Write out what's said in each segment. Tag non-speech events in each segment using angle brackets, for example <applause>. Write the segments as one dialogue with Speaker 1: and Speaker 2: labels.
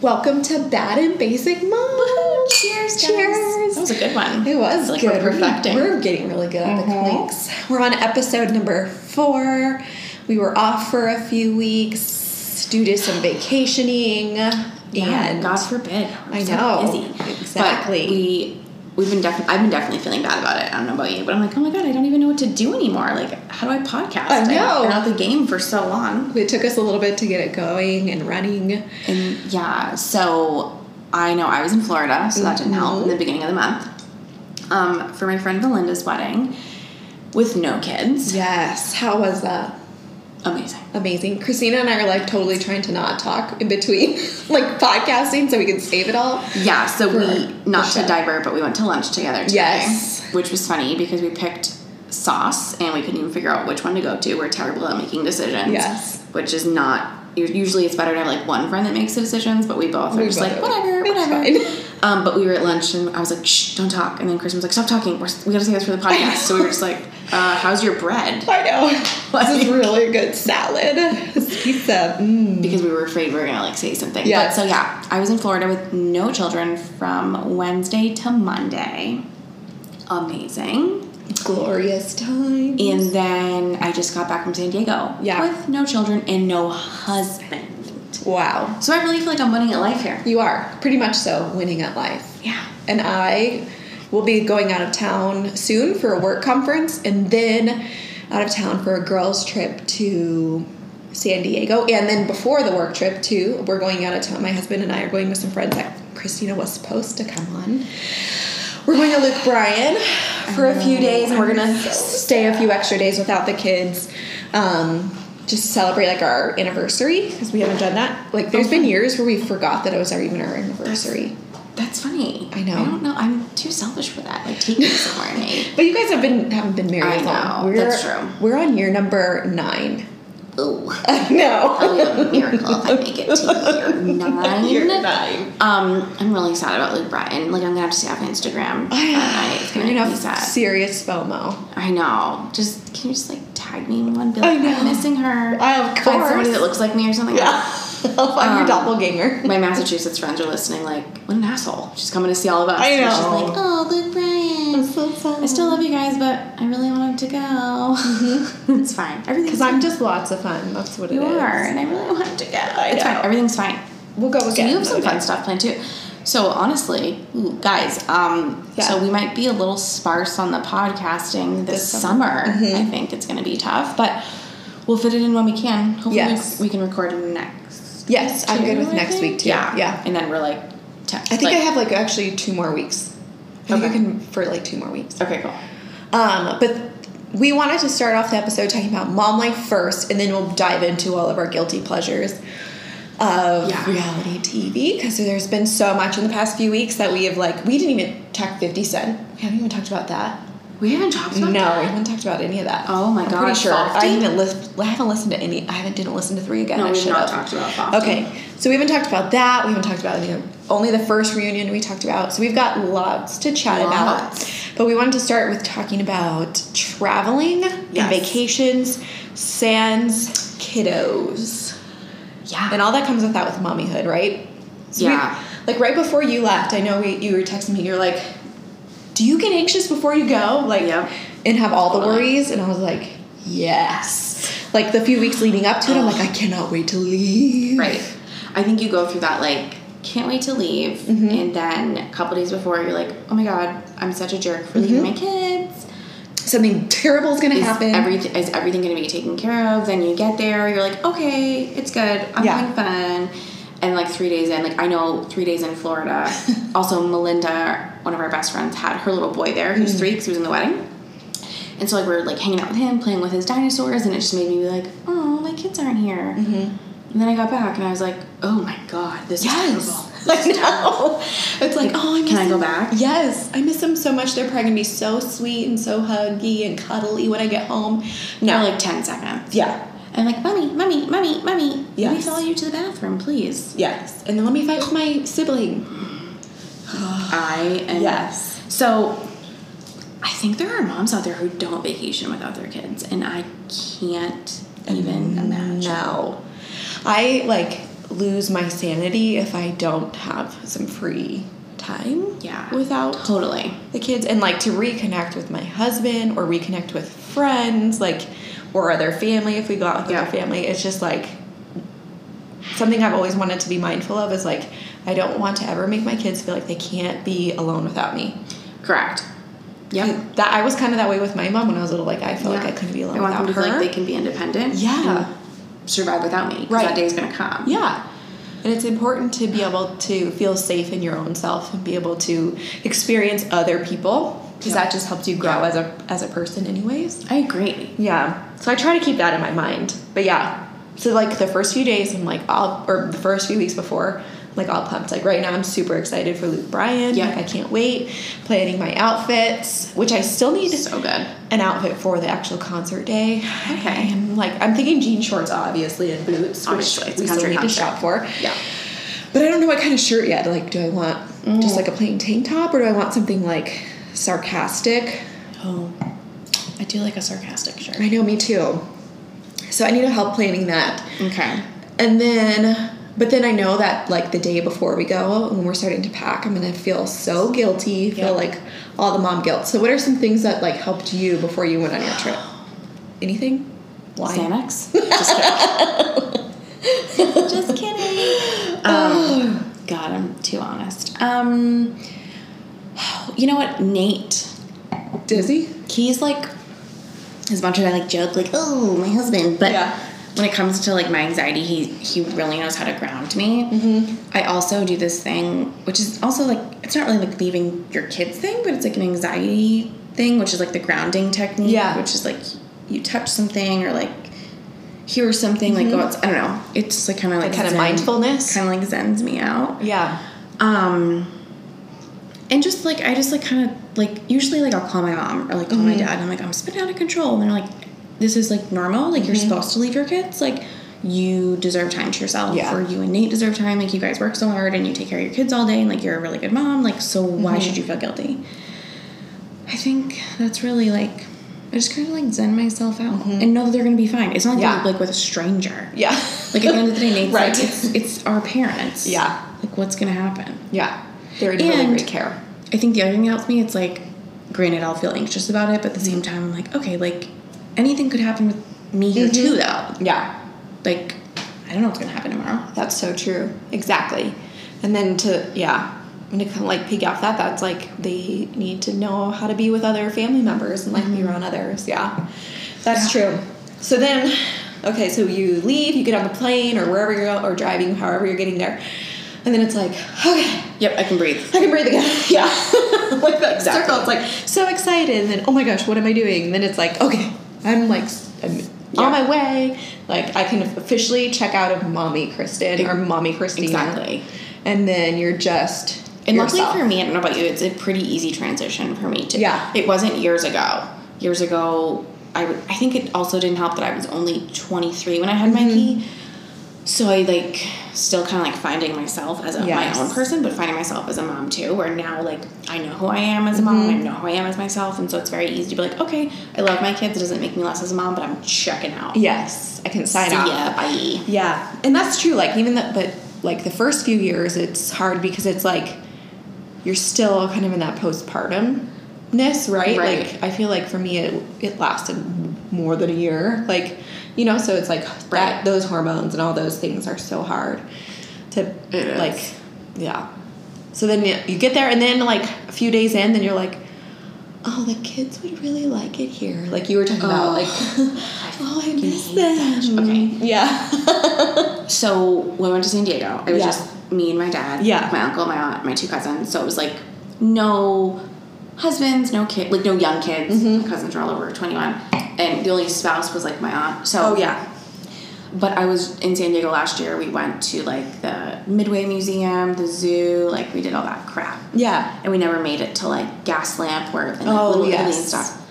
Speaker 1: Welcome to Bad and Basic Mom.
Speaker 2: Woohoo! Cheers, guys.
Speaker 1: Cheers.
Speaker 2: That was a good one.
Speaker 1: It was
Speaker 2: I feel
Speaker 1: good.
Speaker 2: like We're perfecting.
Speaker 1: We're getting really good at the
Speaker 2: Mhm.
Speaker 1: clinks. We're on episode number four. We were off for a few weeks due to some vacationing.
Speaker 2: yeah,
Speaker 1: and
Speaker 2: God forbid. We're
Speaker 1: I
Speaker 2: so
Speaker 1: know.
Speaker 2: busy.
Speaker 1: Exactly.
Speaker 2: But we we've been definitely I've been definitely feeling bad about it. I don't know about you, but I'm like, oh my god, I don't even know what to do anymore. Like, how do I podcast?
Speaker 1: I know.
Speaker 2: I've been out the game for so long.
Speaker 1: it took us a little bit to get it going and running.
Speaker 2: And yeah, so I know I was in Florida, so that didn't help in
Speaker 1: Mm-hmm.
Speaker 2: the beginning of the month. Um, for my friend Belinda's wedding with no kids.
Speaker 1: Yes. How was that?
Speaker 2: Amazing.
Speaker 1: Amazing. Christina and I are like totally trying to not talk in between, <laughs> like podcasting, so we can save it all.
Speaker 2: Yeah, so
Speaker 1: For
Speaker 2: we not
Speaker 1: the
Speaker 2: to
Speaker 1: show.
Speaker 2: divert, but we went to lunch together today.
Speaker 1: Yes.
Speaker 2: Which was funny because we picked sauce and we couldn't even figure out which one to go to. We're terrible at making decisions.
Speaker 1: Yes.
Speaker 2: Which is not usually it's better to have like one friend that makes the decisions, but we both are
Speaker 1: We
Speaker 2: just
Speaker 1: both
Speaker 2: like,
Speaker 1: are like,
Speaker 2: whatever,
Speaker 1: "It's
Speaker 2: whatever.
Speaker 1: fine.
Speaker 2: Um, but we were at lunch and I was like, shh, don't talk. And then Kristen was like, stop talking. We're, we gotta say this for the podcast. So we were just like, uh, how's your bread?
Speaker 1: I know. This is really good salad. This pizza. Mm.
Speaker 2: Because we were afraid we were gonna like say something. Yeah.
Speaker 1: Yes.
Speaker 2: so yeah, I was in Florida with no children from Wednesday to Monday. Amazing.
Speaker 1: Glorious time.
Speaker 2: And then I just got back from San Diego.
Speaker 1: Yeah.
Speaker 2: With no children and no husband.
Speaker 1: Wow.
Speaker 2: So I really feel like I'm winning at life here.
Speaker 1: You are pretty much so winning at life.
Speaker 2: Yeah.
Speaker 1: And I will be going out of town soon for a work conference and then out of town for a girls' trip to San Diego. And then before the work trip, too, we're going out of town. My husband and I are going with some friends that Christina was supposed to come on. We're going to Luke Bryan for a few days, and we're gonna stay a few extra days without the kids. Um, just celebrate like our anniversary because we haven't done that. Like, there's been years where we forgot that it was our, even our anniversary.
Speaker 2: That's funny.
Speaker 1: I know.
Speaker 2: I don't know. I'm too selfish for that.
Speaker 1: <laughs>
Speaker 2: Like take me somewhere, Nate.
Speaker 1: But you guys have been haven't been married
Speaker 2: I
Speaker 1: long.
Speaker 2: know, that's true.
Speaker 1: We're on year number
Speaker 2: <laughs>
Speaker 1: nine.
Speaker 2: Ooh.
Speaker 1: no.
Speaker 2: Probably a miracle if I make it to year
Speaker 1: <laughs>
Speaker 2: nine.
Speaker 1: Year nine.
Speaker 2: Um, I'm really sad about Luke Bryan. Like I'm gonna have to stay off Instagram. I, it's
Speaker 1: You're gonna
Speaker 2: gonna make me
Speaker 1: have
Speaker 2: sad.
Speaker 1: serious FOMO.
Speaker 2: I know. Just can you just like tag me in one? Be
Speaker 1: I
Speaker 2: like,
Speaker 1: know.
Speaker 2: I'm missing her.
Speaker 1: I, of
Speaker 2: Find somebody
Speaker 1: course.
Speaker 2: that looks like me or something.
Speaker 1: Yeah. Um, I'll find your doppelganger.
Speaker 2: <laughs> My Massachusetts friends are listening. Like, what an asshole. She's coming to see all of us.
Speaker 1: I
Speaker 2: And She's
Speaker 1: know.
Speaker 2: like, oh, Luke Bryan. I still love you guys, but I really want him to go. <laughs> it's fine.
Speaker 1: <laughs>
Speaker 2: Everything's
Speaker 1: because Mm-hmm. I'm just lots of fun. That's what it
Speaker 2: you
Speaker 1: is.
Speaker 2: are, and I really want him to go. it's
Speaker 1: know.
Speaker 2: fine. Everything's fine.
Speaker 1: We'll go
Speaker 2: So
Speaker 1: again.
Speaker 2: you have some
Speaker 1: another
Speaker 2: fun
Speaker 1: day.
Speaker 2: stuff planned too. So honestly, ooh, guys, um,
Speaker 1: Yeah.
Speaker 2: so we might be a little sparse on the podcasting this,
Speaker 1: This Mm-hmm.
Speaker 2: summer. I think it's going to be tough, but we'll fit it in when we can. Hopefully,
Speaker 1: Yes.
Speaker 2: we, we can record it next.
Speaker 1: Yes, I'm good
Speaker 2: too,
Speaker 1: with
Speaker 2: I
Speaker 1: next
Speaker 2: think.
Speaker 1: week too.
Speaker 2: Yeah,
Speaker 1: yeah.
Speaker 2: And then we're like, te-
Speaker 1: I think
Speaker 2: like-
Speaker 1: I have like actually two more weeks. I think I
Speaker 2: Okay.
Speaker 1: can for like two more weeks.
Speaker 2: Okay, cool.
Speaker 1: Um, but we wanted to start off the episode talking about mom life first, and then we'll dive into all of our guilty pleasures of
Speaker 2: Yeah.
Speaker 1: reality TV because there's been so much in the past few weeks that we have like we didn't even talk 50 Cent. We haven't even talked about that.
Speaker 2: We haven't talked
Speaker 1: No,
Speaker 2: about
Speaker 1: we
Speaker 2: that.
Speaker 1: haven't talked about any of that.
Speaker 2: Oh my
Speaker 1: I'm
Speaker 2: God,
Speaker 1: pretty sure I
Speaker 2: Softy?
Speaker 1: haven't lis- I haven't listened to any. I haven't didn't listen to three again.
Speaker 2: No,
Speaker 1: I
Speaker 2: we've
Speaker 1: should have.
Speaker 2: not talked about Boston.
Speaker 1: Okay, so we haven't talked about that. We haven't talked about you know, only the first reunion we talked about. So we've got lots to chat
Speaker 2: Lots.
Speaker 1: about. But we wanted to start with talking about traveling and
Speaker 2: Yes.
Speaker 1: vacations, sans kiddos,
Speaker 2: Yeah.
Speaker 1: and all that comes with that with mommyhood, right? So we-
Speaker 2: Yeah.
Speaker 1: like right before you left, I know we, you were texting me. You're like, "Do you get anxious before you go?" Like,
Speaker 2: Yep.
Speaker 1: and have all the
Speaker 2: Totally.
Speaker 1: worries. And I was like, "Yes." Like the few weeks leading up to it, I'm like, "I cannot wait to leave."
Speaker 2: Right. I think you go through that like can't wait to leave,
Speaker 1: Mm-hmm.
Speaker 2: and then a couple days before you're like, oh my god, I'm such a jerk for
Speaker 1: Mm-hmm.
Speaker 2: leaving my kids.
Speaker 1: something terrible is going to
Speaker 2: Is
Speaker 1: happen.
Speaker 2: everything is everything going to be taken care of? Then you get there, you're like, okay, it's good. I'm
Speaker 1: Yeah.
Speaker 2: having fun. And like three days in, like I know three days
Speaker 1: <laughs>
Speaker 2: in Florida. also, Melinda, one of our best friends, had her little boy there
Speaker 1: Mm.
Speaker 2: who's three because he was in the wedding. And so like we are like hanging out with him, playing with his dinosaurs, and it just made me be like, oh, my kids aren't here.
Speaker 1: Mm-hmm.
Speaker 2: And then I got back and I was like, oh my god, this is terrible.
Speaker 1: <laughs> I know. It's like, oh, I miss
Speaker 2: Can I go
Speaker 1: them.
Speaker 2: back?
Speaker 1: Yes, I miss them so much. They're probably gonna be so sweet and so huggy and cuddly when I get home. No,
Speaker 2: For like ten seconds.
Speaker 1: yeah,
Speaker 2: I'm like, mummy, mummy, mummy, mummy. Let me
Speaker 1: Yes.
Speaker 2: follow you to the bathroom, please.
Speaker 1: yes. And then let me fight with my sibling.
Speaker 2: I am.
Speaker 1: Yes.
Speaker 2: So I think there are moms out there who don't vacation without their kids, and I can't even imagine.
Speaker 1: No, I like lose my sanity if I don't have some free time
Speaker 2: Yeah.
Speaker 1: without
Speaker 2: Totally.
Speaker 1: the kids and like to reconnect with my husband or reconnect with friends like or other family if we go out with
Speaker 2: Yeah.
Speaker 1: other family it's just like something i've always wanted to be mindful of is like i don't want to ever make my kids feel like they can't be alone without me
Speaker 2: Correct. Yep.
Speaker 1: that i was kind of that way with my mom when i was little like i felt
Speaker 2: Yeah.
Speaker 1: like i couldn't be alone
Speaker 2: I want
Speaker 1: without
Speaker 2: them to
Speaker 1: her
Speaker 2: feel like they can be independent.
Speaker 1: Yeah.
Speaker 2: and survive without me. 'cause
Speaker 1: Right.
Speaker 2: That day's gonna come.
Speaker 1: Yeah. And it's important to be able to feel safe in your own self and be able to experience other people because
Speaker 2: Yeah.
Speaker 1: that just helps you grow as a as a person anyways.
Speaker 2: I agree.
Speaker 1: Yeah. So I try to keep that in my mind. But yeah. So like the first few days I'm like I'll or the first few weeks before like all pumped. Like right now I'm super excited for Luke Bryan.
Speaker 2: Yeah.
Speaker 1: Like I can't wait. Planning my outfits, which I still need
Speaker 2: So good.
Speaker 1: an outfit for the actual concert day.
Speaker 2: Okay.
Speaker 1: I'm like I'm thinking jean shorts obviously and boots,
Speaker 2: Obviously,
Speaker 1: which
Speaker 2: it's a
Speaker 1: we still
Speaker 2: country
Speaker 1: need to
Speaker 2: concert.
Speaker 1: shop for.
Speaker 2: Yeah.
Speaker 1: But I don't know what kind of shirt yet. Like, do I want
Speaker 2: Mm.
Speaker 1: just like a plain tank top, or do I want something like sarcastic?
Speaker 2: Oh, I do like a sarcastic shirt.
Speaker 1: I know, me too. So I need help planning that.
Speaker 2: Okay.
Speaker 1: And then, but then I know that like the day before we go, when we're starting to pack, I'm gonna feel so guilty,
Speaker 2: Yeah.
Speaker 1: feel like all the mom guilt. So, what are some things that like helped you before you went on your
Speaker 2: <gasps>
Speaker 1: trip? Anything? Wine.
Speaker 2: Xanax. Just kidding. Just kidding. Um, God, I'm too honest. Um, you know what, Nate?
Speaker 1: Dizzy?
Speaker 2: He's like, as much as I like joke, like, oh, my husband, but
Speaker 1: Yeah.
Speaker 2: when it comes to like my anxiety, he he really knows how to ground me.
Speaker 1: Mm-hmm.
Speaker 2: I also do this thing, which is also like it's not really like leaving your kids thing, but it's like an anxiety thing, which is like the grounding technique,
Speaker 1: Yeah.
Speaker 2: which is like you touch something or like hear something, like go outs- I don't know. It's like kind of like
Speaker 1: Like, kind of Mm-hmm. mindfulness?
Speaker 2: kind of like zens me out
Speaker 1: yeah.
Speaker 2: um and just like i just like kind of like usually like i'll call my mom or like call
Speaker 1: Mm-hmm.
Speaker 2: my dad and i'm like i'm spinning out of control and they're like this is like normal like
Speaker 1: Mm-hmm.
Speaker 2: you're supposed to leave your kids like you deserve time to yourself
Speaker 1: Yeah.
Speaker 2: or you and nate deserve time like you guys work so hard and you take care of your kids all day and like you're a really good mom like so
Speaker 1: Mm-hmm.
Speaker 2: why should you feel guilty i think that's really like i just kind of like zen myself out and know that they're gonna be fine it's not like,
Speaker 1: Mm-hmm. Yeah.
Speaker 2: they're, like with a stranger
Speaker 1: Yeah. <laughs>
Speaker 2: like at the end of the day nate's
Speaker 1: Right.
Speaker 2: like it's, it's our parents
Speaker 1: Yeah.
Speaker 2: like what's gonna happen
Speaker 1: Yeah. They're in
Speaker 2: And-
Speaker 1: really great care.
Speaker 2: I think the other thing that helps me, it's like, granted, I'll feel anxious about it, but at the same time, I'm like, okay, like anything could happen with me here too, though.
Speaker 1: Yeah.
Speaker 2: Like, I don't know what's gonna happen tomorrow.
Speaker 1: That's so true. Exactly. And then to yeah, and to kind of like piggy off that, that's like they need to know how to be with other family members and like be around others. Yeah, Mm-hmm. that's true. So then, okay, so you leave, you get on the plane or wherever you're or driving, however you're getting there, and then it's like okay.
Speaker 2: Yep, I can breathe.
Speaker 1: I can breathe again. <laughs> Yeah. like that circle. It's like so excited and then oh my gosh, what am I doing? And then it's like, okay, I'm like s- I'm
Speaker 2: Yeah.
Speaker 1: on my way. Like I can officially check out of mommy Kristen or mommy Christina.
Speaker 2: Exactly.
Speaker 1: And then you're just
Speaker 2: And
Speaker 1: yourself.
Speaker 2: luckily for me, I don't know about you, it's a pretty easy transition for me to.
Speaker 1: Yeah.
Speaker 2: It wasn't years ago. Years ago, I, w- I think it also didn't help that I was only 23 when I had
Speaker 1: Mm-hmm.
Speaker 2: my key. So I like still kind of like finding myself as a,
Speaker 1: Yes.
Speaker 2: my own person, but finding myself as a mom too. Where now like I know who I am as a mom,
Speaker 1: Mm-hmm.
Speaker 2: I know who I am as myself, and so it's very easy to be like, okay, I love my kids. It doesn't make me less as a mom, but I'm checking out.
Speaker 1: Yes. I can sign
Speaker 2: See
Speaker 1: off.
Speaker 2: ya, bye.
Speaker 1: Yeah, and that's true. Like even the but like the first few years, it's hard because it's like you're still kind of in that postpartumness, right?
Speaker 2: Right.
Speaker 1: Like I feel like for me, it it lasted more than a year. Like you know, so it's like that
Speaker 2: Right.
Speaker 1: those hormones and all those things are so hard to
Speaker 2: It
Speaker 1: like,
Speaker 2: is.
Speaker 1: yeah. So then you- you get there, and then like a few days in, then you're like. Oh, the kids would really like it here. Like you were talking about,
Speaker 2: Oh.
Speaker 1: like, <laughs> oh, I miss
Speaker 2: hate that.
Speaker 1: them.
Speaker 2: Okay.
Speaker 1: Yeah.
Speaker 2: So when we went to San Diego, it was
Speaker 1: Yeah.
Speaker 2: just me and my dad,
Speaker 1: Yeah.
Speaker 2: my uncle, my aunt, my two cousins. So it was like no husbands, no kid, like no young kids.
Speaker 1: Mm-hmm.
Speaker 2: My cousins were all over twenty one, and the only spouse was like my aunt. So
Speaker 1: Oh yeah.
Speaker 2: But I was in San Diego last year. We went to like the Midway Museum, the zoo, like we did all that crap
Speaker 1: Yeah.
Speaker 2: and we never made it to like gas lamp where and like
Speaker 1: Oh,
Speaker 2: little Italy and
Speaker 1: yes.
Speaker 2: stuff.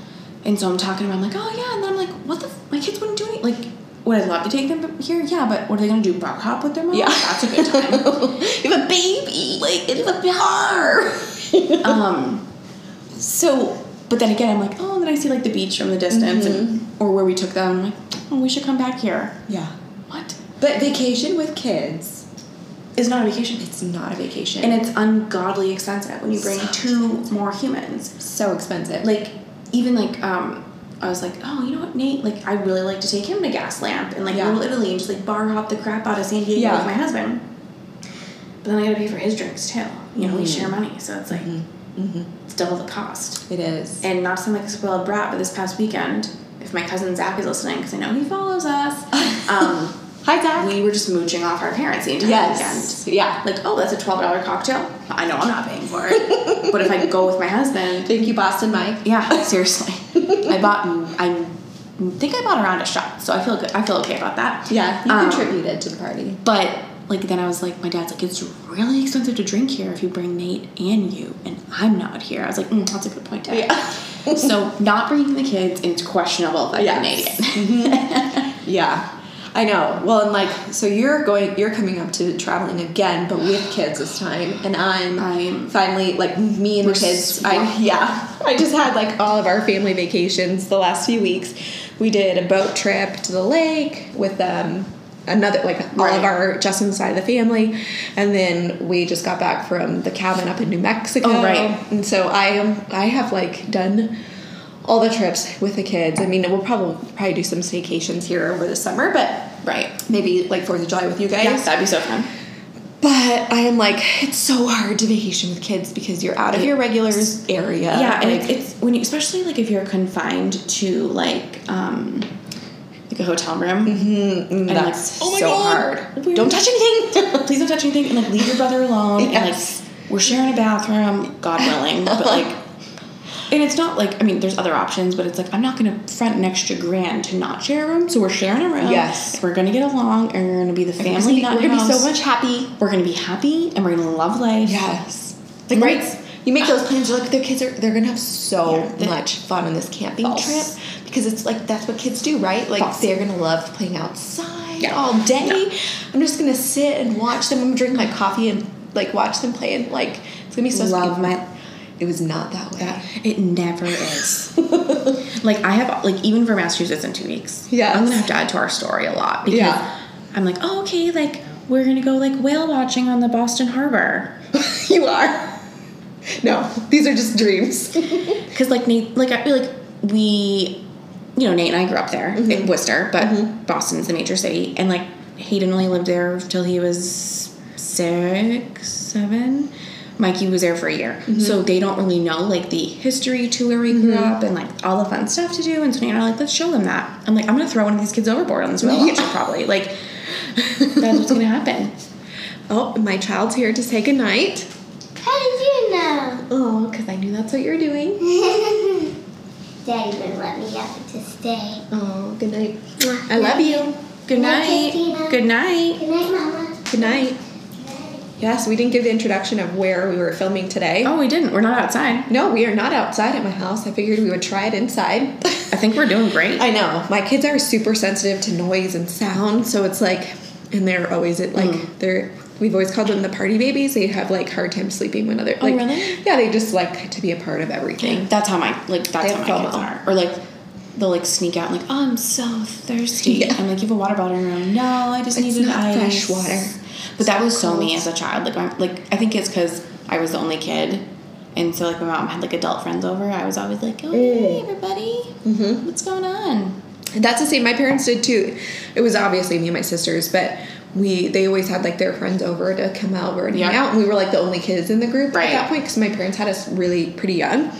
Speaker 2: And so I'm talking to him, I'm like, oh yeah, and then I'm like, what the? F- my kids wouldn't do any like. Would I love to take them here? Yeah, but what are they gonna do? Bar hop with their mom?
Speaker 1: Yeah.
Speaker 2: that's a good time.
Speaker 1: <laughs> you have a baby. Like it's a car.
Speaker 2: <laughs> um, so, but then again, I'm like, oh, and then I see like the beach from the distance, and,
Speaker 1: Mm-hmm.
Speaker 2: or where we took them. I'm like, oh, we should come back here.
Speaker 1: yeah.
Speaker 2: What?
Speaker 1: But vacation with kids.
Speaker 2: is not a vacation.
Speaker 1: It's not a vacation.
Speaker 2: And it's ungodly expensive when you bring
Speaker 1: So
Speaker 2: two more humans.
Speaker 1: so expensive.
Speaker 2: Like, even like, um, I was like, oh, you know what, Nate? Like, I'd really like to take him to Gaslamp and like
Speaker 1: Yeah.
Speaker 2: Little Italy and just like bar hop the crap out of San Diego
Speaker 1: Yeah.
Speaker 2: with my husband. But then I gotta pay for his drinks too. You know, we
Speaker 1: Mhm.
Speaker 2: share money, so it's like it's double the cost.
Speaker 1: mm-hmm. it is.
Speaker 2: And not to sound like a spoiled brat, but this past weekend, if my cousin Zach is listening, because I know he follows us, um,
Speaker 1: <laughs> Hi, Zach.
Speaker 2: we were just mooching off our parents the entire weekend
Speaker 1: yes. Yeah.
Speaker 2: like, oh, that's a twelve dollar cocktail. I know I'm not paying for
Speaker 1: <laughs>
Speaker 2: it, but if I go with my husband,
Speaker 1: Thank you, Boston Mike.
Speaker 2: yeah, seriously, I bought, I think I bought a round of shots, so I feel good. I feel okay about that.
Speaker 1: Yeah, you
Speaker 2: Um,
Speaker 1: contributed to the party.
Speaker 2: But like then I was like, my dad's like, it's really expensive to drink here if you bring Nate and you, and I'm not here. I was like, mm, that's a good point, Dad.
Speaker 1: Yeah.
Speaker 2: <laughs> so not bringing the kids, it's questionable that
Speaker 1: Yes.
Speaker 2: Canadian.
Speaker 1: Yeah. I know. Well, and like, so you're going, you're coming up to traveling again, but with kids this time, and I'm,
Speaker 2: I'm-
Speaker 1: finally like me and the
Speaker 2: We're
Speaker 1: kids. I
Speaker 2: swamped.
Speaker 1: yeah. I just had like all of our family vacations the last few weeks. We did a boat trip to the lake with um another like all of
Speaker 2: Right.
Speaker 1: our Justin's side of the family, and then we just got back from the cabin up in New Mexico.
Speaker 2: Oh, right.
Speaker 1: And so I am. I have like done all the trips with the kids. I mean, we'll probably probably do some staycations here over the summer, but
Speaker 2: right.
Speaker 1: maybe like Fourth of July with you guys.
Speaker 2: Yeah, that'd be so fun.
Speaker 1: But I am like, it's so hard to vacation with kids because you're out of your regular area.
Speaker 2: yeah and
Speaker 1: like-
Speaker 2: it's, it's when you especially like if you're confined to like um like a hotel room and
Speaker 1: that's
Speaker 2: like, oh
Speaker 1: so hard. Don't touch anything.
Speaker 2: <laughs> please don't touch anything and like leave your brother alone
Speaker 1: Yes.
Speaker 2: and like we're sharing a bathroom god
Speaker 1: <laughs>
Speaker 2: willing but like and it's not like I mean, there's other options, but it's like I'm not gonna front an extra grand to not share a room, so we're sharing a room.
Speaker 1: Yes.
Speaker 2: we're gonna get along, and we're gonna be the family. not
Speaker 1: you're
Speaker 2: your
Speaker 1: gonna be
Speaker 2: house.
Speaker 1: so much happy.
Speaker 2: We're gonna be happy, and we're gonna love life.
Speaker 1: Yes. Like
Speaker 2: Right.
Speaker 1: right. You make those plans. You're like, their kids are. They're gonna have so
Speaker 2: Yeah, the-
Speaker 1: much fun on this camping
Speaker 2: False.
Speaker 1: trip because it's like that's what kids do, right? Like
Speaker 2: False.
Speaker 1: they're gonna love playing outside
Speaker 2: Yeah.
Speaker 1: all day.
Speaker 2: No.
Speaker 1: I'm just gonna sit and watch them. I'm gonna drink my coffee and like watch them play and like it's gonna be so.
Speaker 2: love
Speaker 1: sweet.
Speaker 2: my
Speaker 1: It was not that way.
Speaker 2: that. It
Speaker 1: <laughs>
Speaker 2: never is. like I have like even for Massachusetts in two weeks.
Speaker 1: Yes.
Speaker 2: I'm gonna have to add to our story a lot because
Speaker 1: Yeah.
Speaker 2: I'm like, oh okay, like we're gonna go like whale watching on the Boston Harbor
Speaker 1: <laughs> you are. No, these are just dreams.
Speaker 2: because like Nate, like I feel like we, you know, Nate and I grew up there
Speaker 3: Mm-hmm.
Speaker 2: in Worcester, but Boston's the major city, and like Hayden only lived there till he was six, seven. Mikey was there for a year,
Speaker 3: Mm-hmm.
Speaker 2: so they don't really know like the history to where we grew up and like all the fun stuff to do. And so Nate and I are like, let's show them that. I'm like, I'm gonna throw one of these kids overboard on this whale launcher probably.
Speaker 3: <laughs>
Speaker 2: Like that's what's gonna happen.
Speaker 1: <laughs> oh, my child's here to say goodnight.
Speaker 3: How did you <laughs> know?
Speaker 1: Oh, because I knew that's what you're doing.
Speaker 3: Daddy wouldn't let me up to stay.
Speaker 1: Oh, good night.
Speaker 3: I
Speaker 1: I love you.
Speaker 2: Good
Speaker 3: night,
Speaker 2: night.
Speaker 3: Christina.
Speaker 2: Good night.
Speaker 3: Good night, Mama.
Speaker 1: Good night. Yes, we didn't give the introduction of where we were filming today.
Speaker 2: Oh, we didn't. We're not outside.
Speaker 1: No, we are not outside at my house. I figured we would try it inside. <laughs>
Speaker 2: I think we're doing great.
Speaker 1: I know. My kids are super sensitive to noise and sound, so it's like and they're always at like
Speaker 2: Mm.
Speaker 1: they're we've always called them the party babies. They have like hard time sleeping when other like
Speaker 2: Oh, really?
Speaker 1: yeah, they just like to be a part of everything.
Speaker 2: That's how my like that's
Speaker 1: They
Speaker 2: how my
Speaker 1: have
Speaker 2: kids
Speaker 1: FOMO.
Speaker 2: are. Or like they'll like sneak out and like, oh I'm so thirsty.
Speaker 1: Yeah.
Speaker 2: I'm like, you have a water bottle in your room. No, I just
Speaker 1: It's
Speaker 2: needed
Speaker 1: not
Speaker 2: ice.
Speaker 1: fresh water.
Speaker 2: But that was so me as a child. Like my like I think it's because I was the only kid. And so like my mom had like adult friends over, I was always like, Oh hey
Speaker 1: Mm.
Speaker 2: everybody, mm-hmm. what's going on?
Speaker 1: And that's the same. My parents did too. It was obviously me and my sisters, but we they always had like their friends over to come over and hang
Speaker 2: Yeah.
Speaker 1: out, and we were like the only kids in the group at
Speaker 2: Right.
Speaker 1: that point because my parents had us really pretty young,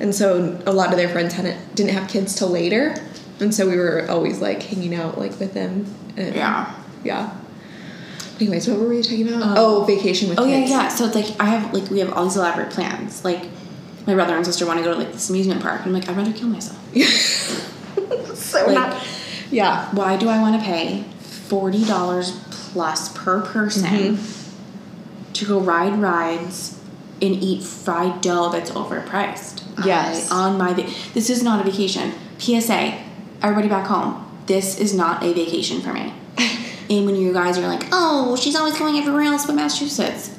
Speaker 1: and so a lot of their friends hadn't didn't have kids till later, and so we were always like hanging out like with them. And
Speaker 2: Yeah.
Speaker 1: yeah. Anyways, what were we talking about? oh, vacation with
Speaker 2: Oh yeah,
Speaker 1: kids.
Speaker 2: yeah. So it's like I have like we have all these elaborate plans. Like my brother and sister want to go to like this amusement park. I'm like, I'd rather kill myself.
Speaker 1: <laughs> so
Speaker 2: Like-
Speaker 1: not, yeah.
Speaker 2: why do I want to pay forty dollars plus per person to go ride rides and eat fried dough that's overpriced?
Speaker 1: Yes.
Speaker 2: I- on my va- this is not a vacation. PSA, everybody back home, this is not a vacation for me. and when you guys are like, oh, she's always going everywhere else but Massachusetts,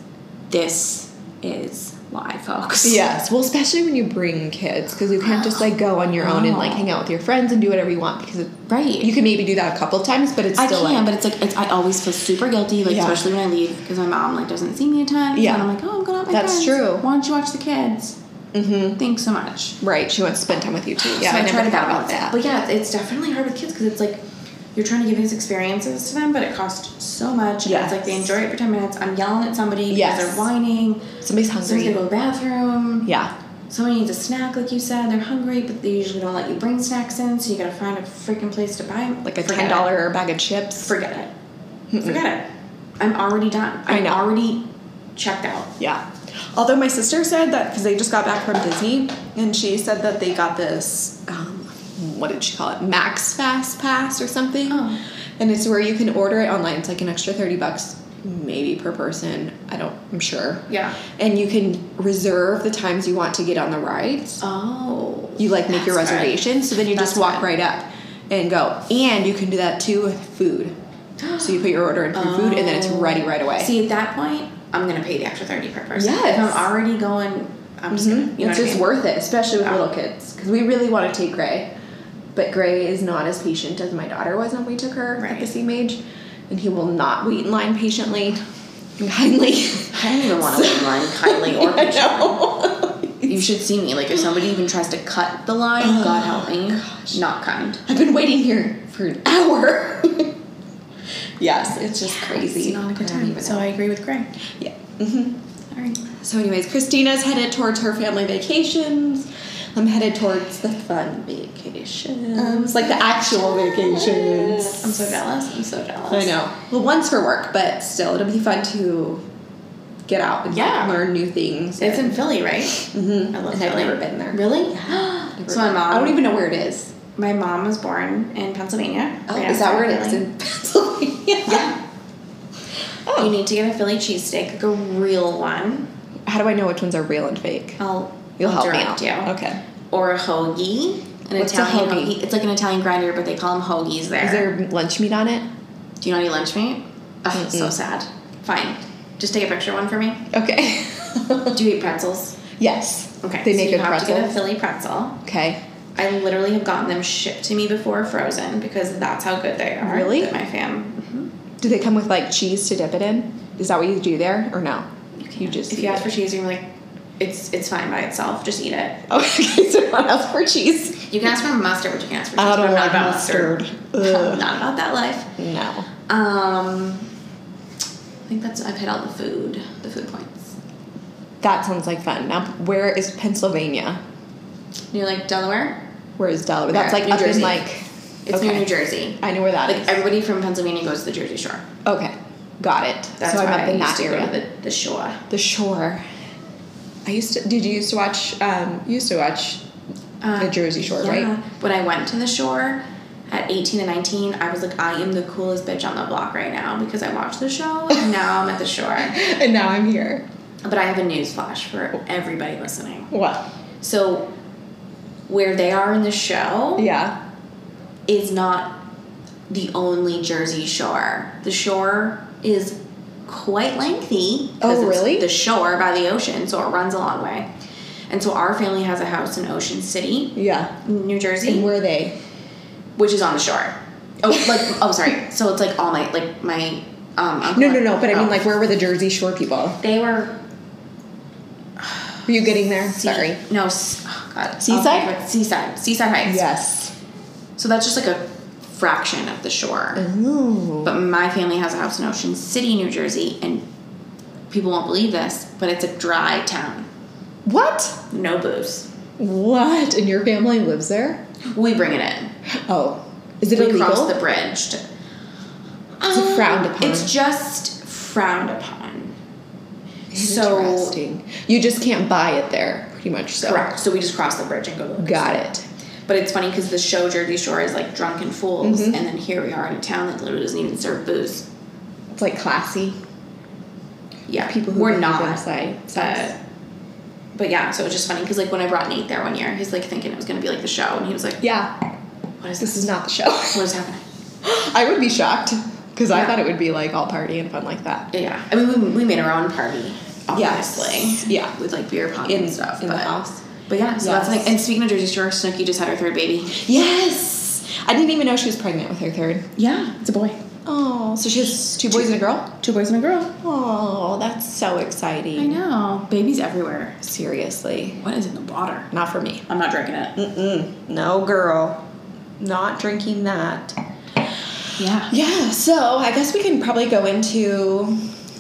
Speaker 2: this is lie, folks.
Speaker 1: Yes, well, especially when you bring kids, because you can't just like go on your own and like
Speaker 2: Oh.
Speaker 1: hang out with your friends and do whatever you want. Because it,
Speaker 2: Right.
Speaker 1: you can maybe do that a couple times, but it's
Speaker 2: I
Speaker 1: still
Speaker 2: can,
Speaker 1: like
Speaker 2: but it's like it's, I always feel super guilty, like
Speaker 1: Yeah.
Speaker 2: especially when I leave because my mom like doesn't see me a ton.
Speaker 1: Yeah.
Speaker 2: and I'm like, oh, I'm going out with my
Speaker 1: That's
Speaker 2: friends.
Speaker 1: true.
Speaker 2: Why don't you watch the kids? Mm-hmm. Thanks so much.
Speaker 1: right. She wants to spend time with you too. Yeah,
Speaker 2: so
Speaker 1: I, never
Speaker 2: tried
Speaker 1: thought
Speaker 2: that
Speaker 1: about
Speaker 2: with it.
Speaker 1: that.
Speaker 2: But yeah, it's, it's definitely hard with kids because it's like you're trying to give these experiences to them, but it costs so much. Yeah,
Speaker 1: Yes.
Speaker 2: it's like they enjoy it for ten minutes. I'm yelling at somebody
Speaker 1: Yes.
Speaker 2: because they're whining.
Speaker 1: Somebody's
Speaker 2: Somebody's gonna
Speaker 1: hungry.
Speaker 2: go to the bathroom.
Speaker 1: Yeah,
Speaker 2: Somebody needs a snack, like you said. They're hungry, but they usually don't let you bring snacks in, so you gotta find a freaking place to buy 'em.
Speaker 1: like a
Speaker 2: Forget
Speaker 1: ten
Speaker 2: it.
Speaker 1: dollar bag of chips.
Speaker 2: Forget it. Forget it. I'm already done.
Speaker 1: I
Speaker 2: I'm
Speaker 1: know.
Speaker 2: already checked out.
Speaker 1: Yeah. Although my sister said that because they just got back from Disney, and she said that they got this, um, what did she call it, Max Fast Pass or something,
Speaker 2: Oh.
Speaker 1: and it's where you can order it online. It's like an extra thirty bucks, maybe per person. I don't, I'm sure.
Speaker 2: Yeah.
Speaker 1: And you can reserve the times you want to get on the rides.
Speaker 2: Oh.
Speaker 1: You like make your
Speaker 2: That's good.
Speaker 1: reservation, so then you just
Speaker 2: That's
Speaker 1: walk
Speaker 2: good.
Speaker 1: right up and go. And you can do that too with food. So you put your order in for food, and then it's ready right away.
Speaker 2: Oh. See, at that point, I'm gonna pay the extra thirty per person.
Speaker 1: Yes.
Speaker 2: If I'm already going, I'm just gonna. You
Speaker 1: it's
Speaker 2: know what I
Speaker 1: just
Speaker 2: mean?
Speaker 1: Mm-hmm. worth it, especially with
Speaker 2: Yeah.
Speaker 1: little kids, because we really want to take Gray, but Gray is not as patient as my daughter was when we took her at the
Speaker 2: Right.
Speaker 1: same age, and he will not wait in line patiently <laughs> and kindly.
Speaker 2: I don't even want to wait
Speaker 1: <laughs>
Speaker 2: in line kindly or
Speaker 1: I
Speaker 2: patient.
Speaker 1: know. <laughs>
Speaker 2: You should see me. Like, if somebody even tries to cut the line,
Speaker 1: Oh,
Speaker 2: God help me. Not kind.
Speaker 1: I've been waiting here for an hour. <laughs> yes, it's just crazy.
Speaker 2: It's not a good
Speaker 1: I don't
Speaker 2: time.
Speaker 1: even
Speaker 2: So
Speaker 1: know.
Speaker 2: I agree with Greg.
Speaker 1: yeah. hmm
Speaker 2: All right.
Speaker 1: So, anyways, Christina's headed towards her family vacations. I'm headed towards the fun vacations, like the actual vacations.
Speaker 2: I'm so jealous. I'm so jealous.
Speaker 1: I know. Well, once for work, but still, it'll be fun to get out and
Speaker 2: Yeah.
Speaker 1: learn new things.
Speaker 2: It's in Philly, right?
Speaker 1: mm-hmm.
Speaker 2: I love
Speaker 1: and I've
Speaker 2: Philly.
Speaker 1: never been there.
Speaker 2: Really?
Speaker 1: Never
Speaker 2: <gasps> so my
Speaker 1: been.
Speaker 2: mom.
Speaker 1: I don't even know where it is.
Speaker 2: My mom was born in Pennsylvania.
Speaker 1: Oh,
Speaker 2: right
Speaker 1: is that
Speaker 2: outside
Speaker 1: where it
Speaker 2: Philly.
Speaker 1: is? In Pennsylvania.
Speaker 2: Yeah. You
Speaker 1: Oh.
Speaker 2: need to get a Philly cheesesteak, like a real one.
Speaker 1: How do I know which ones are real and fake?
Speaker 2: I'll
Speaker 1: You'll
Speaker 2: I'll
Speaker 1: help me out.
Speaker 2: direct You.
Speaker 1: Okay.
Speaker 2: Or a hoagie. An
Speaker 1: What's a
Speaker 2: Italian
Speaker 1: hoagie?
Speaker 2: It's like an Italian grinder, but they call them hoagies there.
Speaker 1: Is there lunch meat on it?
Speaker 2: Do you know any lunch meat? Ugh, so
Speaker 1: Mm-mm.
Speaker 2: sad. Fine. Just take a picture of one for me.
Speaker 1: Okay. <laughs>
Speaker 2: Do you eat pretzels?
Speaker 1: yes.
Speaker 2: Okay.
Speaker 1: They
Speaker 2: so
Speaker 1: make
Speaker 2: you
Speaker 1: good
Speaker 2: have to get a
Speaker 1: pretzels.
Speaker 2: Philly pretzel.
Speaker 1: Okay.
Speaker 2: I literally have gotten them shipped to me before frozen because that's how good they are.
Speaker 1: Really? Mm-hmm.
Speaker 2: That my fam. Mhm.
Speaker 1: Do they come with like cheese to dip it in? Is that what you do there or no? You just
Speaker 2: If
Speaker 1: eat
Speaker 2: you ask
Speaker 1: it.
Speaker 2: for cheese, you're like, it's it's fine by itself. Just eat it.
Speaker 1: <laughs> Okay, so not ask for cheese.
Speaker 2: You can ask for mustard, but you can ask for cheese.
Speaker 1: I
Speaker 2: but
Speaker 1: don't
Speaker 2: I'm not
Speaker 1: like
Speaker 2: about
Speaker 1: mustard.
Speaker 2: <laughs> I'm
Speaker 1: Ugh.
Speaker 2: not about that life.
Speaker 1: No.
Speaker 2: Um, I think that's I've hit all the food, the food points.
Speaker 1: That sounds like fun. Now, where is Pennsylvania?
Speaker 2: Near like Delaware,
Speaker 1: Where is Delaware? That's
Speaker 2: There,
Speaker 1: like
Speaker 2: New
Speaker 1: up
Speaker 2: Jersey.
Speaker 1: in like.
Speaker 2: it's
Speaker 1: okay.
Speaker 2: near New Jersey.
Speaker 1: I know where that is.
Speaker 2: Like everybody from Pennsylvania goes to the Jersey Shore.
Speaker 1: okay, got it.
Speaker 2: That's
Speaker 1: so I'm
Speaker 2: why
Speaker 1: up in
Speaker 2: I
Speaker 1: that
Speaker 2: used to go
Speaker 1: area.
Speaker 2: to the, the shore.
Speaker 1: the shore. I used to. Did you used to watch? Um, you used to watch. <laughs>
Speaker 2: Uh,
Speaker 1: The Jersey Shore,
Speaker 2: yeah.
Speaker 1: right?
Speaker 2: When I went to the shore at 18 and 19, I was like, I am the coolest bitch on the block right now because I watched the show and now I'm at the shore.
Speaker 1: And now I'm here.
Speaker 2: But I have a news flash for everybody listening.
Speaker 1: What?
Speaker 2: So, where they are in the show,
Speaker 1: Yeah.
Speaker 2: is not the only Jersey Shore. The shore is quite lengthy. 'cause
Speaker 1: Oh,
Speaker 2: it's
Speaker 1: really?
Speaker 2: The shore by the ocean, so it runs a long way. And so our family has a house in Ocean City,
Speaker 1: Yeah.
Speaker 2: New
Speaker 1: And
Speaker 2: Jersey,
Speaker 1: where are they?
Speaker 2: which is on the shore. Oh, like oh, sorry. So it's like all my like my um. Uncle
Speaker 1: No, no, no. But I mean,
Speaker 2: oh.
Speaker 1: like, where were the Jersey Shore people?
Speaker 2: they were.
Speaker 1: Were you getting there?
Speaker 2: sea-
Speaker 1: Sorry.
Speaker 2: No. s- Oh God.
Speaker 1: Seaside?
Speaker 2: Oh, seaside. Seaside Heights.
Speaker 1: Yes.
Speaker 2: So that's just like a fraction of the shore.
Speaker 1: Ooh.
Speaker 2: But my family has a house in Ocean City, New Jersey, and people won't believe this, but it's a dry town.
Speaker 1: What?
Speaker 2: No booze.
Speaker 1: What? And your family lives there?
Speaker 2: We bring it in.
Speaker 1: Oh, is it
Speaker 2: we
Speaker 1: illegal?
Speaker 2: cross the bridge. To,
Speaker 1: Is it frowned
Speaker 2: Um,
Speaker 1: upon?
Speaker 2: It's just frowned upon. So
Speaker 1: Interesting. You just can't buy it there, pretty much. So
Speaker 2: correct. So we just cross the bridge and go. To the
Speaker 1: Got it.
Speaker 2: But it's funny because the show Jersey Shore is like drunken fools,
Speaker 1: Mm-hmm.
Speaker 2: and then here we are in a town that literally doesn't even serve booze.
Speaker 1: It's like classy.
Speaker 2: Yeah,
Speaker 1: People who
Speaker 2: we're
Speaker 1: live
Speaker 2: not.
Speaker 1: inside.
Speaker 2: But, but yeah, so it was just funny because like when I brought Nate there one year, he's like thinking it was gonna be like the show, and he was like,
Speaker 1: yeah,
Speaker 2: "What is
Speaker 1: this
Speaker 2: this?
Speaker 1: is not the show. <laughs>
Speaker 2: What is happening?"
Speaker 1: <gasps> I would be shocked because I
Speaker 2: Yeah.
Speaker 1: thought it would be like all party and fun like that.
Speaker 2: Yeah, I mean we, we made our own party. obviously.
Speaker 1: Yes. Yeah.
Speaker 2: With like beer pong
Speaker 1: In,
Speaker 2: and stuff.
Speaker 1: in
Speaker 2: but,
Speaker 1: the house.
Speaker 2: But yeah, so that's
Speaker 1: Yes.
Speaker 2: like. And speaking of Jersey Shore, Snooki just had her third baby.
Speaker 1: Yes. I didn't even know she was pregnant with her third.
Speaker 2: Yeah, it's a boy.
Speaker 1: Oh, so she has two boys and a girl?
Speaker 2: Two boys and a girl.
Speaker 1: Oh, that's so exciting.
Speaker 2: I know. Babies everywhere.
Speaker 1: Seriously.
Speaker 2: What is in the water? Mm.
Speaker 1: Not for me.
Speaker 2: I'm not drinking it.
Speaker 1: Mm-mm. No, girl. Not drinking that.
Speaker 2: Yeah.
Speaker 1: Yeah, so I guess we can probably go into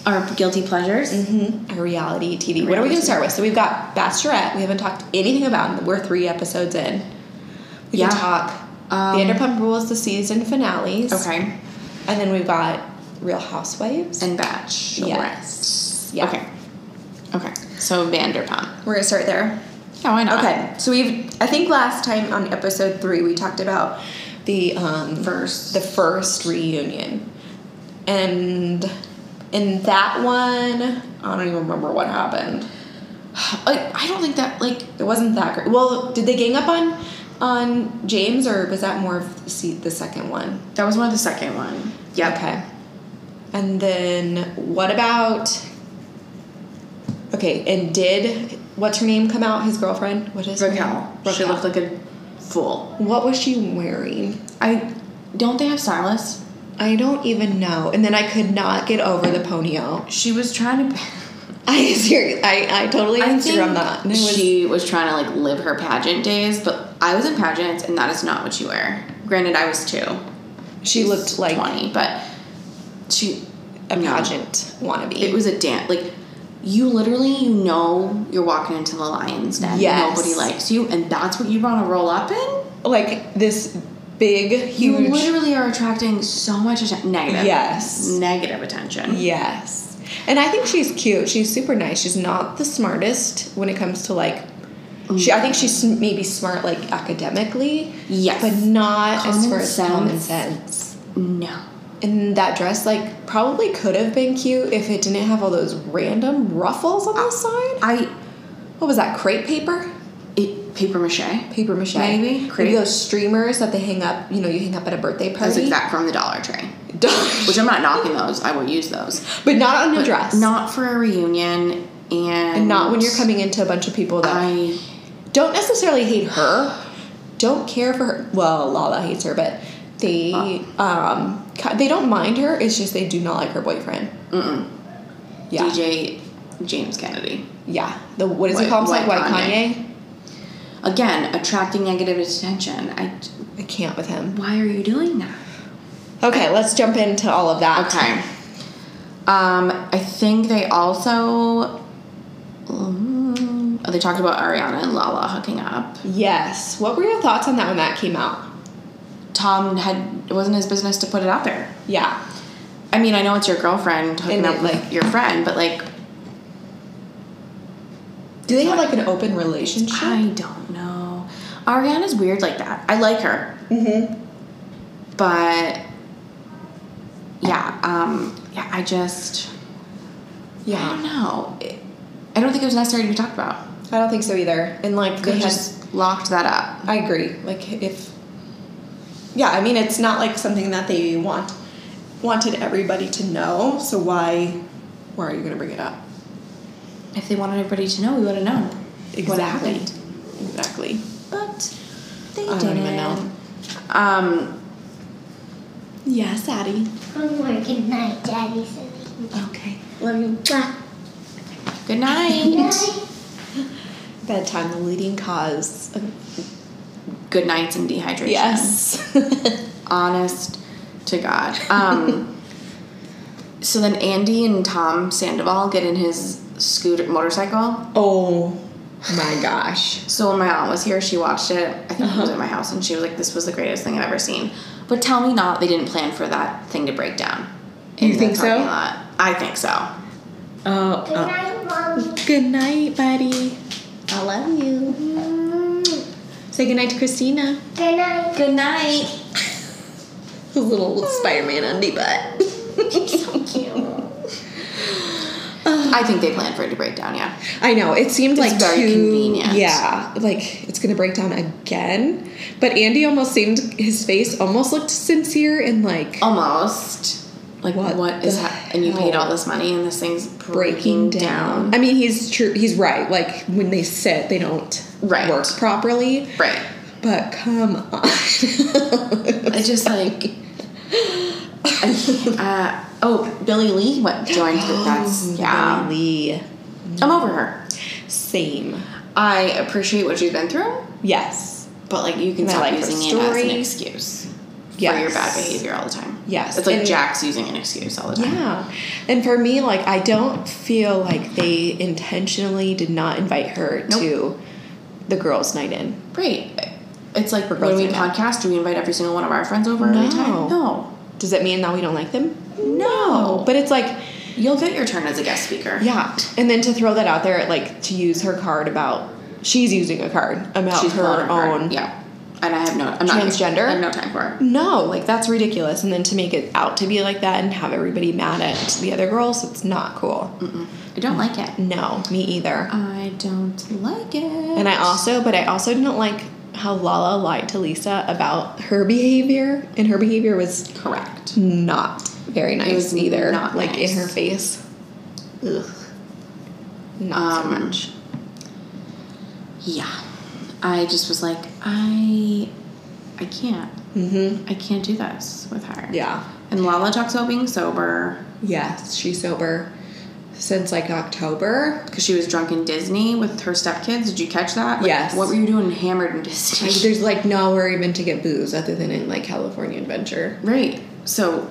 Speaker 2: Our guilty pleasures. Mm-hmm.
Speaker 1: our reality TV. what are we going to start with? So we've got Bachelorette. We haven't talked anything about. it. We're three episodes in. We
Speaker 2: Yeah.
Speaker 1: can talk.
Speaker 2: Um,
Speaker 1: Vanderpump Rules, the season finales.
Speaker 2: Okay.
Speaker 1: And then we've got Real Housewives.
Speaker 2: And batch.
Speaker 1: Yes. Yeah.
Speaker 2: Okay. Okay. So Vanderpump.
Speaker 1: We're going to start there.
Speaker 2: Yeah, why not?
Speaker 1: Okay, so we've I think last time on episode three we talked about the um,
Speaker 2: First.
Speaker 1: the first reunion, and in that one I don't even remember what happened.
Speaker 2: <sighs> Like, I don't think that like
Speaker 1: It wasn't that great. Well, did they gang up on on James or was that more of the, se- the second one?
Speaker 2: that was one of the second one. Yeah.
Speaker 1: Okay, and then what about? Okay, and did what's her name come out? His girlfriend. What is her name?
Speaker 2: Raquel. She looked like a fool.
Speaker 1: What was she wearing?
Speaker 2: I don't they have stylists?
Speaker 1: I don't even know. And then I could not get over the ponyo.
Speaker 2: She was trying to.
Speaker 1: <laughs> I seriously, I, I totally
Speaker 2: I think
Speaker 1: Instagram that. And it was-
Speaker 2: she was trying to like live her pageant days, but I was in pageants, and that is not what you wear. Granted, I was two,
Speaker 1: she looked like
Speaker 2: twenty, but she
Speaker 1: a
Speaker 2: no.
Speaker 1: pageant wannabe.
Speaker 2: It was a dance. Like you literally, you know, you're walking into the lion's den.
Speaker 1: Yes.
Speaker 2: Nobody likes you, and that's what you want to roll up in.
Speaker 1: like this big,
Speaker 2: You
Speaker 1: huge.
Speaker 2: literally are attracting so much attention. Negative.
Speaker 1: Yes.
Speaker 2: Negative attention.
Speaker 1: Yes. And I think she's cute. She's super nice. She's not the smartest when it comes to like. She, I think she's maybe smart like academically,
Speaker 2: Yes.
Speaker 1: but not as
Speaker 2: Common
Speaker 1: far as common
Speaker 2: sense.
Speaker 1: sense.
Speaker 2: no.
Speaker 1: And that dress like probably could have been cute if it didn't have all those random ruffles on the side.
Speaker 2: I.
Speaker 1: what was that crepe paper
Speaker 2: It paper mache.
Speaker 1: paper mache
Speaker 2: Maybe.
Speaker 1: crepe.
Speaker 2: Crepe.
Speaker 1: those streamers that they hang up you know you hang up at a birthday party
Speaker 2: That's exact from the Dollar Tree. Which
Speaker 1: Don't-
Speaker 2: I'm not knocking those. I will use those.
Speaker 1: <laughs> but not on a dress
Speaker 2: Not for a reunion and,
Speaker 1: And not when you're coming into a bunch of people that
Speaker 2: I
Speaker 1: don't necessarily hate her don't care for her well lala hates her but they um ki- they don't mind her it's just they do not like her boyfriend
Speaker 2: mm-mm.
Speaker 1: yeah
Speaker 2: DJ James Kennedy.
Speaker 1: yeah the what is it
Speaker 2: White-
Speaker 1: called It's like
Speaker 2: White
Speaker 1: white
Speaker 2: Kanye.
Speaker 1: kanye
Speaker 2: Again, attracting negative attention. I
Speaker 1: i can't with him
Speaker 2: why are you doing that?
Speaker 1: okay let's jump into all of that
Speaker 2: Okay. Um, I think they also mm, they talked about Ariana and Lala hooking up.
Speaker 1: yes what were your thoughts on that when that came out
Speaker 2: Tom had it wasn't his business to put it out there.
Speaker 1: yeah
Speaker 2: I mean, I know it's your girlfriend
Speaker 1: And
Speaker 2: hooking up
Speaker 1: it,
Speaker 2: with
Speaker 1: like-
Speaker 2: your friend, but like
Speaker 1: Do they have like an open relationship?
Speaker 2: I don't know. Ariana's weird like that. I like her,
Speaker 1: mm-hmm.
Speaker 2: but yeah, um, yeah, I just I don't
Speaker 1: Yeah,
Speaker 2: know. It- I don't think it was necessary to be talked about.
Speaker 1: I don't think so either. And like
Speaker 2: Could
Speaker 1: they
Speaker 2: have
Speaker 1: had,
Speaker 2: just locked that up.
Speaker 1: I agree. Like if, yeah, I mean it's not like something that they want wanted everybody to know. So why, why are you gonna bring it up?
Speaker 2: If they wanted everybody to know, we would have known what happened.
Speaker 1: Exactly.
Speaker 2: But they
Speaker 1: I don't
Speaker 2: didn't.
Speaker 1: even know.
Speaker 2: Um,
Speaker 1: Yes, Addie.
Speaker 3: I'm working night, Daddy said he can
Speaker 1: Okay.
Speaker 3: Love you. Bye.
Speaker 2: <laughs> good night.
Speaker 3: Night.
Speaker 1: Bedtime, the leading cause. Of
Speaker 2: good nights and dehydration.
Speaker 1: yes.
Speaker 2: honest to God.
Speaker 1: <laughs>
Speaker 2: Um, so then Andy and Tom Sandoval get in his scooter motorcycle.
Speaker 1: <laughs> oh my gosh.
Speaker 2: So when my aunt was here, she watched it. I think it
Speaker 1: Uh-huh.
Speaker 2: was at my house, and she was like, "This was the greatest thing I've ever seen." But tell me not they didn't plan for that thing to break down. in
Speaker 1: You
Speaker 2: the
Speaker 1: think so?
Speaker 2: parking lot. I think so.
Speaker 1: Oh.
Speaker 2: Uh.
Speaker 3: <laughs>
Speaker 1: Good
Speaker 3: Good night, Mommy.
Speaker 1: night, buddy. Mm-hmm. I love you.
Speaker 3: Mm.
Speaker 1: Say goodnight to Christina.
Speaker 3: Good
Speaker 2: <laughs>
Speaker 3: night.
Speaker 2: Good night.
Speaker 1: <laughs> His little Spider Man undie butt.
Speaker 2: I think they planned for it to break down. Yeah.
Speaker 1: I know. It seemed like
Speaker 2: very
Speaker 1: too,
Speaker 2: convenient.
Speaker 1: Yeah. Like it's gonna break down again. But Andy almost seemed his face almost looked sincere and like
Speaker 2: Almost. Like
Speaker 1: What
Speaker 2: what is
Speaker 1: the
Speaker 2: hap- and you paid
Speaker 1: hell?
Speaker 2: all this money and this thing's breaking,
Speaker 1: breaking
Speaker 2: down.
Speaker 1: down. I mean, he's true. He's right. Like when they sit, they don't
Speaker 2: Right.
Speaker 1: work properly.
Speaker 2: right.
Speaker 1: But come <laughs> on.
Speaker 2: It's just like uh, oh, Billy Lee what joined the that's
Speaker 1: Oh,
Speaker 2: yeah.
Speaker 1: Really.
Speaker 2: I'm over her.
Speaker 1: Same.
Speaker 2: I appreciate what you've been through,
Speaker 1: Yes.
Speaker 2: but like you can
Speaker 1: And I
Speaker 2: stop
Speaker 1: like her
Speaker 2: using it as an
Speaker 1: story.
Speaker 2: excuse
Speaker 1: Yes.
Speaker 2: for your bad behavior all the time.
Speaker 1: Yes.
Speaker 2: It's like
Speaker 1: And-
Speaker 2: Jack's using an excuse all the time.
Speaker 1: Yeah. And for me, like, I don't feel like they intentionally did not invite her
Speaker 2: Nope.
Speaker 1: to the girls' night in.
Speaker 2: Great. It's like
Speaker 1: We're
Speaker 2: when we
Speaker 1: both doing that.
Speaker 2: podcast, do we invite every single one of our friends over every
Speaker 1: No.
Speaker 2: time? No.
Speaker 1: Does that mean now we don't like them?
Speaker 2: No.
Speaker 1: But it's like,
Speaker 2: You'll get your turn as a guest speaker.
Speaker 1: yeah. And then to throw that out there, like, to use her card about, she's using a card about
Speaker 2: She's
Speaker 1: her
Speaker 2: her
Speaker 1: own.
Speaker 2: Yeah. And I have no. I'm not here.
Speaker 1: Transgender?
Speaker 2: I have no time for it.
Speaker 1: No, like, that's ridiculous. And then to make it out to be like that and have everybody mad at the other girls, it's not cool.
Speaker 2: I don't like it.
Speaker 1: No, me either.
Speaker 2: I don't like it.
Speaker 1: And I also, but I also didn't like how Lala lied to Lisa about her behavior, and her behavior was
Speaker 2: correct.
Speaker 1: not very nice
Speaker 2: was
Speaker 1: either.
Speaker 2: not
Speaker 1: like
Speaker 2: nice.
Speaker 1: in her face. Ugh. Not so
Speaker 2: Um,
Speaker 1: much.
Speaker 2: Yeah. I just was like, I, I can't.
Speaker 1: Mm-hmm.
Speaker 2: I can't do this with her.
Speaker 1: Yeah.
Speaker 2: And Lala talks about being sober
Speaker 1: Yes, she's sober since like October.
Speaker 2: because she was drunk in Disney with her stepkids. Did you catch that? Like,
Speaker 1: Yes.
Speaker 2: What were you doing hammered in
Speaker 1: Like,
Speaker 2: Disney?
Speaker 1: there's like nowhere even to get booze other than in like California Adventure.
Speaker 2: right. So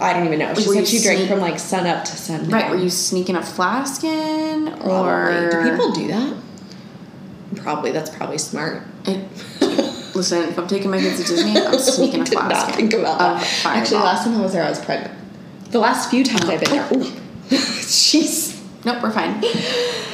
Speaker 1: I don't even know. She
Speaker 2: Were
Speaker 1: said
Speaker 2: you
Speaker 1: she drank
Speaker 2: sneak-
Speaker 1: from like sun up to sundown.
Speaker 2: right, were you sneaking a flask in
Speaker 1: Probably.
Speaker 2: or
Speaker 1: Do people do that? Probably. That's probably smart.
Speaker 2: It, listen, if I'm taking my kids to Disney, I'm sneaking
Speaker 1: <laughs>
Speaker 2: a
Speaker 1: Did
Speaker 2: flask.
Speaker 1: not
Speaker 2: in Uh,
Speaker 1: think about
Speaker 2: of
Speaker 1: that.
Speaker 2: Fireball.
Speaker 1: Actually, last time I was there, I was pregnant. The last few times I've been there,
Speaker 2: Oh,
Speaker 1: ooh, <laughs> jeez,
Speaker 2: Nope,
Speaker 1: <laughs>
Speaker 2: we're fine.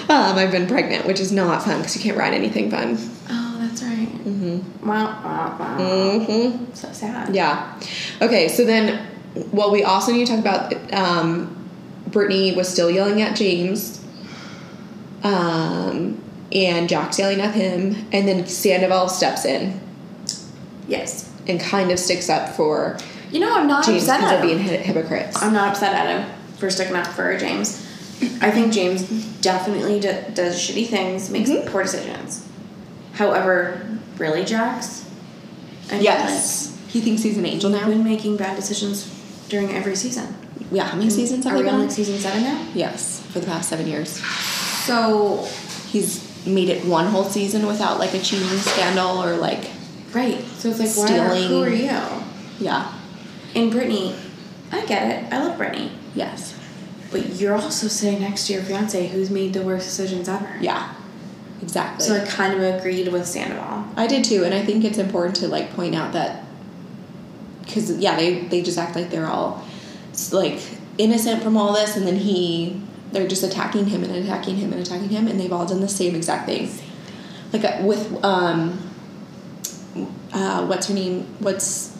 Speaker 1: um, I've been pregnant, which is not fun because you can't ride anything fun.
Speaker 2: Oh, that's right. Mm-hmm. Wow, wow, wow.
Speaker 1: Mm-hmm.
Speaker 2: So sad.
Speaker 1: Yeah. Okay, so then, well, we also need to talk about um, Brittany was still yelling at James, um, and Jack's yelling at him, and then Sandoval steps in
Speaker 2: Yes.
Speaker 1: and kind of sticks up for
Speaker 2: You know, I'm not
Speaker 1: James
Speaker 2: upset
Speaker 1: because
Speaker 2: at
Speaker 1: of
Speaker 2: him.
Speaker 1: being hy- hypocrites.
Speaker 2: I'm not upset at him for sticking up for James. I think James definitely d- does shitty things, makes poor decisions. However, really, Jax? I mean,
Speaker 1: yes, he thinks he's an angel
Speaker 2: like,
Speaker 1: now.
Speaker 2: I've been making bad decisions during every season.
Speaker 1: Yeah, how many seasons have
Speaker 2: Are
Speaker 1: they
Speaker 2: we
Speaker 1: been
Speaker 2: on
Speaker 1: on?
Speaker 2: like season seven now?
Speaker 1: Yes, for the past seven years.
Speaker 2: So,
Speaker 1: He's made it one whole season without like a cheating scandal or like,
Speaker 2: right. So it's like, why?
Speaker 1: Stealing.
Speaker 2: Who are you?
Speaker 1: yeah,
Speaker 2: And Brittany, I get it. I love Brittany.
Speaker 1: yes,
Speaker 2: But you're also sitting next to your fiance who's made the worst decisions ever.
Speaker 1: yeah, exactly.
Speaker 2: So I kind of agreed with Sandoval.
Speaker 1: I did too, and I think it's important to like point out that because yeah, they they just act like they're all s- like innocent from all this, and then he they're just attacking him and attacking him and attacking him, and they've all done the same exact thing. Like uh, with um, uh, what's her name? What's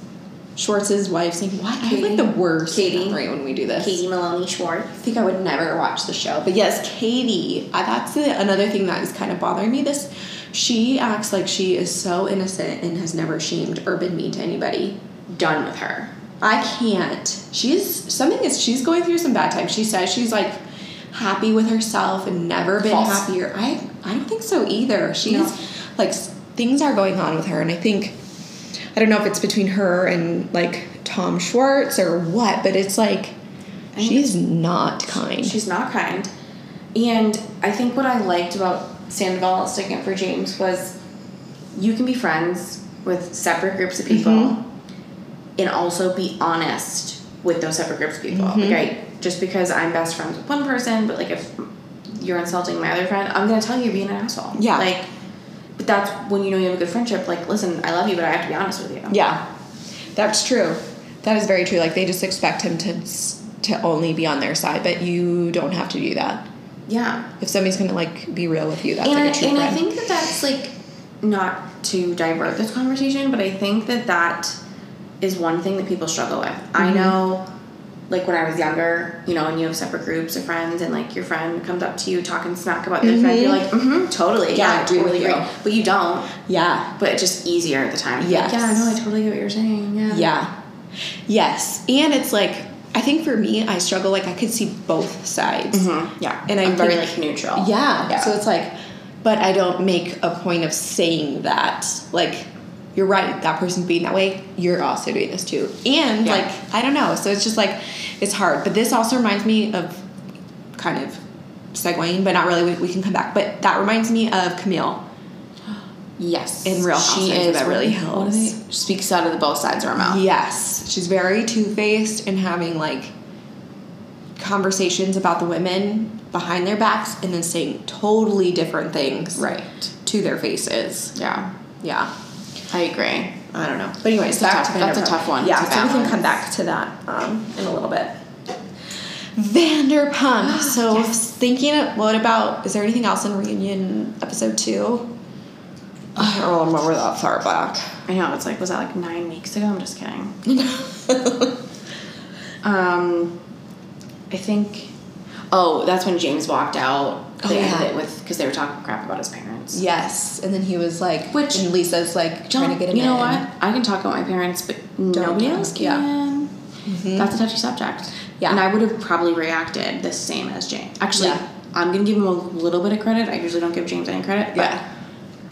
Speaker 1: Schwartz's wife's name? What? I have like
Speaker 2: Katie?
Speaker 1: the worst
Speaker 2: Katie?
Speaker 1: memory when we do this.
Speaker 2: Katie Maloney Schwartz.
Speaker 1: I think I would never watch the show. But yes, Katie, I, that's the, another thing that is kind of bothering me. This, she acts like she is so innocent and has never shamed or been mean to anybody.
Speaker 2: Done with her.
Speaker 1: I can't. She's something is she's going through some bad times. She says she's like happy with herself and never been
Speaker 2: False.
Speaker 1: happier. I I don't think so either. She's like s- things are going on with her, and I think I don't know if it's between her and like Tom Schwartz or what, but it's like
Speaker 2: think
Speaker 1: she's not kind.
Speaker 2: She's not kind. And I think what I liked about Sandoval sticking up for James was you can be friends with separate groups of people
Speaker 1: Mm-hmm.
Speaker 2: and also be honest with those separate groups of people.
Speaker 1: Mm-hmm.
Speaker 2: Like I, just because I'm best friends with one person, but like if you're insulting my other friend, I'm gonna tell you you're being an asshole.
Speaker 1: Yeah.
Speaker 2: Like but that's when you know you have a good friendship, like, listen, I love you, but I have to be honest with you.
Speaker 1: Yeah, that's true. That is very true. Like they just expect him to s- to only be on their side, but you don't have to do that.
Speaker 2: Yeah.
Speaker 1: If somebody's gonna like be real with you, that's
Speaker 2: and
Speaker 1: like a true
Speaker 2: I, and
Speaker 1: friend.
Speaker 2: I think that that's like not to divert this conversation, but I think that that is one thing that people struggle with. I know, like when I was younger, you know, and you have separate groups of friends, and like your friend comes up to you talking smack about their friend, you're like, mm-hmm, totally,
Speaker 1: Yeah,
Speaker 2: yeah,
Speaker 1: I
Speaker 2: I
Speaker 1: agree with
Speaker 2: totally
Speaker 1: you."
Speaker 2: agree, but you don't.
Speaker 1: yeah,
Speaker 2: But it's just easier at the time. Like,
Speaker 1: Yes.
Speaker 2: yeah, no, I totally get what you're saying. Yeah.
Speaker 1: yeah, yes, and it's like. I think for me, I struggle. Like I could see both sides.
Speaker 2: Mhm, Yeah,
Speaker 1: And I
Speaker 2: I'm very
Speaker 1: think-
Speaker 2: like neutral.
Speaker 1: Yeah.
Speaker 2: Yeah.
Speaker 1: So it's like, but I don't make a point of saying that. Like, you're right. That person's being that way. You're also doing this too. And
Speaker 2: Yeah.
Speaker 1: like, I don't know. So it's just like, it's hard. But this also reminds me of, kind of, segueing, but not really. We, we can come back. But that reminds me of Camille.
Speaker 2: yes,
Speaker 1: In Real
Speaker 2: she
Speaker 1: Housewives,
Speaker 2: is
Speaker 1: that really
Speaker 2: what do
Speaker 1: helps.
Speaker 2: they- Speaks out of the both sides of her mouth.
Speaker 1: Yes, she's very two faced and having like conversations about the women behind their backs and then saying totally different things
Speaker 2: Right.
Speaker 1: to their faces.
Speaker 2: Yeah,
Speaker 1: Yeah.
Speaker 2: I agree.
Speaker 1: I don't know. But anyways,
Speaker 2: It's a
Speaker 1: back
Speaker 2: tough-
Speaker 1: to Vanderpump.
Speaker 2: that's a tough one
Speaker 1: Yeah,
Speaker 2: to
Speaker 1: so we can
Speaker 2: balance.
Speaker 1: come back to that um, in a little bit. <gasps> Vanderpump. So thinking, of, what about? Is there anything else in reunion episode two? I don't remember that far back.
Speaker 2: I know it's like was that like nine weeks ago? I'm just
Speaker 1: <laughs>
Speaker 2: kidding. Um, I think. Oh, that's when James walked out.
Speaker 1: Oh,
Speaker 2: They ended
Speaker 1: yeah.
Speaker 2: it with because they were talking crap about his parents.
Speaker 1: yes, and then he was like,
Speaker 2: Which-
Speaker 1: and Lisa's like
Speaker 2: Don't,
Speaker 1: trying to get him.
Speaker 2: you know
Speaker 1: in.
Speaker 2: what? I can talk about my parents, but nobody
Speaker 1: do.
Speaker 2: else
Speaker 1: Yeah. Mm-hmm.
Speaker 2: can. That's a touchy subject.
Speaker 1: Yeah.
Speaker 2: and I would have probably reacted the same as James. Actually,
Speaker 1: Yeah.
Speaker 2: I'm gonna give him a little bit of credit. I usually don't give James any credit, but
Speaker 1: Yeah.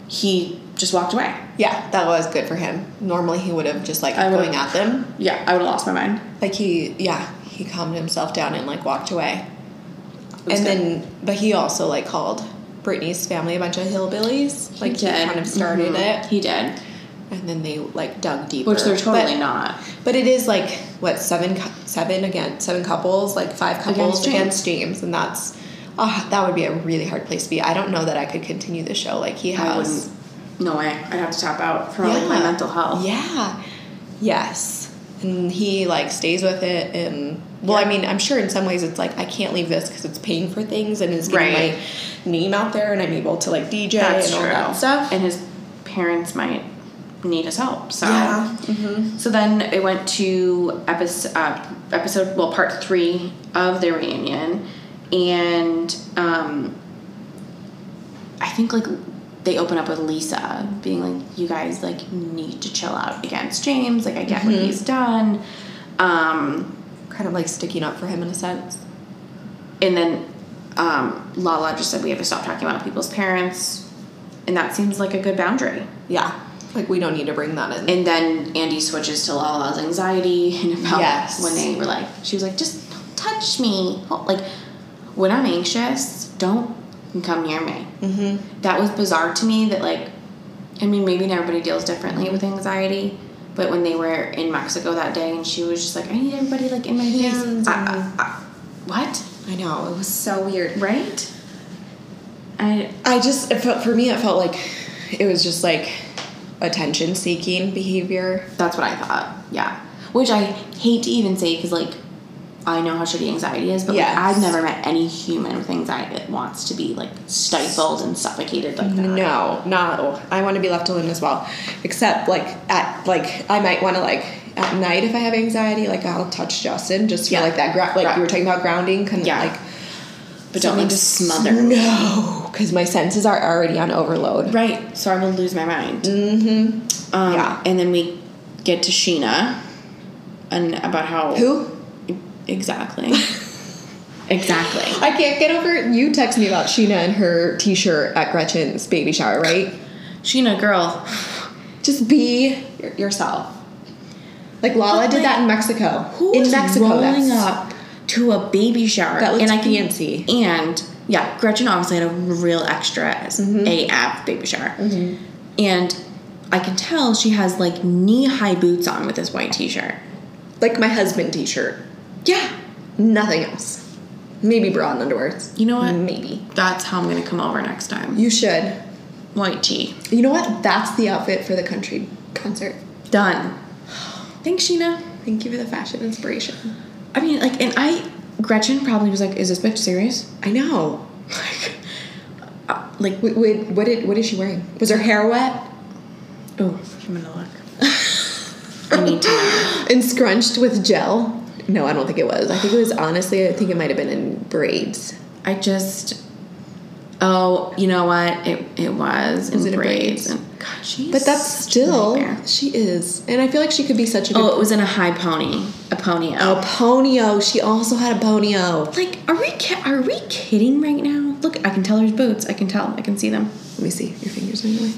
Speaker 2: he just walked away.
Speaker 1: Yeah, that was good for him. Normally he would have just like
Speaker 2: I would've-
Speaker 1: going at them.
Speaker 2: Yeah, I would have lost my mind.
Speaker 1: Like he, yeah, he calmed himself down and like walked away.
Speaker 2: It was
Speaker 1: and
Speaker 2: good.
Speaker 1: then but he also like called Brittany's family a bunch of hillbillies. like he
Speaker 2: did.
Speaker 1: kind of started
Speaker 2: Mhm.
Speaker 1: it,
Speaker 2: He did,
Speaker 1: and then they like dug deeper.
Speaker 2: which they're totally
Speaker 1: but,
Speaker 2: not.
Speaker 1: But it is like what seven cou- seven again seven couples like five couples
Speaker 2: Against James.
Speaker 1: against James, and that's ah that would be a really hard place to be. I don't know that I could continue the show like he
Speaker 2: I
Speaker 1: has.
Speaker 2: wouldn't. No way. I'd have to tap out for like my mental health.
Speaker 1: Yeah. Yes. And he like stays with it and well, I mean, I'm sure in some ways it's like I can't leave this because it's paying for things and it's getting
Speaker 2: Right.
Speaker 1: my name out there and I'm able to like DJ
Speaker 2: That's
Speaker 1: and
Speaker 2: true.
Speaker 1: all that stuff.
Speaker 2: And his parents might need his help. So
Speaker 1: Yeah. mm-hmm.
Speaker 2: So then it went to episode, uh, episode well, part three of the reunion, and um, I think like they open up with Lisa being like, "You guys like need to chill out against James. Like I get
Speaker 1: Mm-hmm.
Speaker 2: what he's done." Um,
Speaker 1: kind of like sticking up for him in a sense.
Speaker 2: And then um, Lala just said we have to stop talking about people's parents. And that seems like a good boundary.
Speaker 1: Yeah. Like we don't need to bring that in.
Speaker 2: And then Andy switches to Lala's anxiety <laughs> and about
Speaker 1: Yes.
Speaker 2: when they were like, she was like, just don't touch me. Oh, Like, when I'm anxious, don't come near me. Mm-hmm. That was bizarre to me that, like, I mean, maybe everybody deals differently with anxiety. But when they were in Mexico that day and she was just like, I need everybody, like, in my face.
Speaker 1: Hands
Speaker 2: I-
Speaker 1: on me.
Speaker 2: I- I- what?
Speaker 1: I know, it was so weird.
Speaker 2: Right? I
Speaker 1: I just it felt for me it felt like it was just like attention seeking behavior.
Speaker 2: That's what I thought. Yeah. Which I hate to even say because, like, I know how shitty anxiety is, but like,
Speaker 1: Yes.
Speaker 2: I've never met any human with anxiety that wants to be, like, stifled and suffocated like that.
Speaker 1: No, no. I want to be left alone as well. Except like at like I might want to like at night if I have anxiety, like I'll touch Justin just feel
Speaker 2: Yeah.
Speaker 1: like that. Gra- like
Speaker 2: Right.
Speaker 1: you were talking about grounding, kind of
Speaker 2: Yeah.
Speaker 1: like.
Speaker 2: But don't,
Speaker 1: someone
Speaker 2: like,
Speaker 1: to
Speaker 2: smother
Speaker 1: s-
Speaker 2: me.
Speaker 1: No, because my senses are already on overload.
Speaker 2: Right. So I'm going to lose my mind. Mm hmm. Um,
Speaker 1: Mm-hmm. Yeah.
Speaker 2: And then we get to Sheena and about how.
Speaker 1: Who?
Speaker 2: Exactly.
Speaker 1: <laughs>
Speaker 2: exactly.
Speaker 1: I can't get over. You text me about Sheena and her T-shirt at Gretchen's baby shower, right?
Speaker 2: Sheena, girl.
Speaker 1: Just be y- yourself. Like Lala
Speaker 2: But,
Speaker 1: did
Speaker 2: like,
Speaker 1: that in Mexico.
Speaker 2: Who
Speaker 1: in
Speaker 2: is
Speaker 1: Mexico?
Speaker 2: rolling
Speaker 1: that's-
Speaker 2: up to a baby shower?
Speaker 1: That looks
Speaker 2: and I can,
Speaker 1: fancy.
Speaker 2: And yeah, Gretchen obviously had a real extra
Speaker 1: Mm-hmm.
Speaker 2: AF baby shower, and I can tell she has like knee high boots on with this white t shirt.
Speaker 1: Like my husband T-shirt.
Speaker 2: Yeah,
Speaker 1: Nothing else. Maybe bra and underwear.
Speaker 2: you know what?
Speaker 1: Maybe.
Speaker 2: That's how I'm gonna come over next time.
Speaker 1: Mm-hmm. You should.
Speaker 2: White tee,
Speaker 1: You know what? That's the outfit for the country concert.
Speaker 2: done. Thanks, Sheena.
Speaker 1: Thank you for the fashion inspiration.
Speaker 2: I mean, like, and I, Gretchen probably was like, "Is this bitch serious?"
Speaker 1: I know. <laughs>
Speaker 2: Like, uh, like,
Speaker 1: Wait, wait, what did what is she wearing? Was her hair wet <gasps>
Speaker 2: oh, I'm gonna look. <laughs> I need to know.
Speaker 1: and scrunched with gel? No, I don't think it was. I think it was honestly. I think it might have been in braids.
Speaker 2: I just Oh, you know what? It it was.
Speaker 1: Was
Speaker 2: in
Speaker 1: it in
Speaker 2: braids?
Speaker 1: braids?
Speaker 2: And, God, she's
Speaker 1: But that's
Speaker 2: such a
Speaker 1: still
Speaker 2: nightmare.
Speaker 1: she is, and I feel like she could be such a good
Speaker 2: Oh, it was in a high pony, a ponyo.
Speaker 1: a ponyo. She also had a ponyo.
Speaker 2: Oh, Like, are we ki- are we kidding right now? Look, I can tell there's boots. I can tell. I can see them.
Speaker 1: Let me see your fingers are in the way.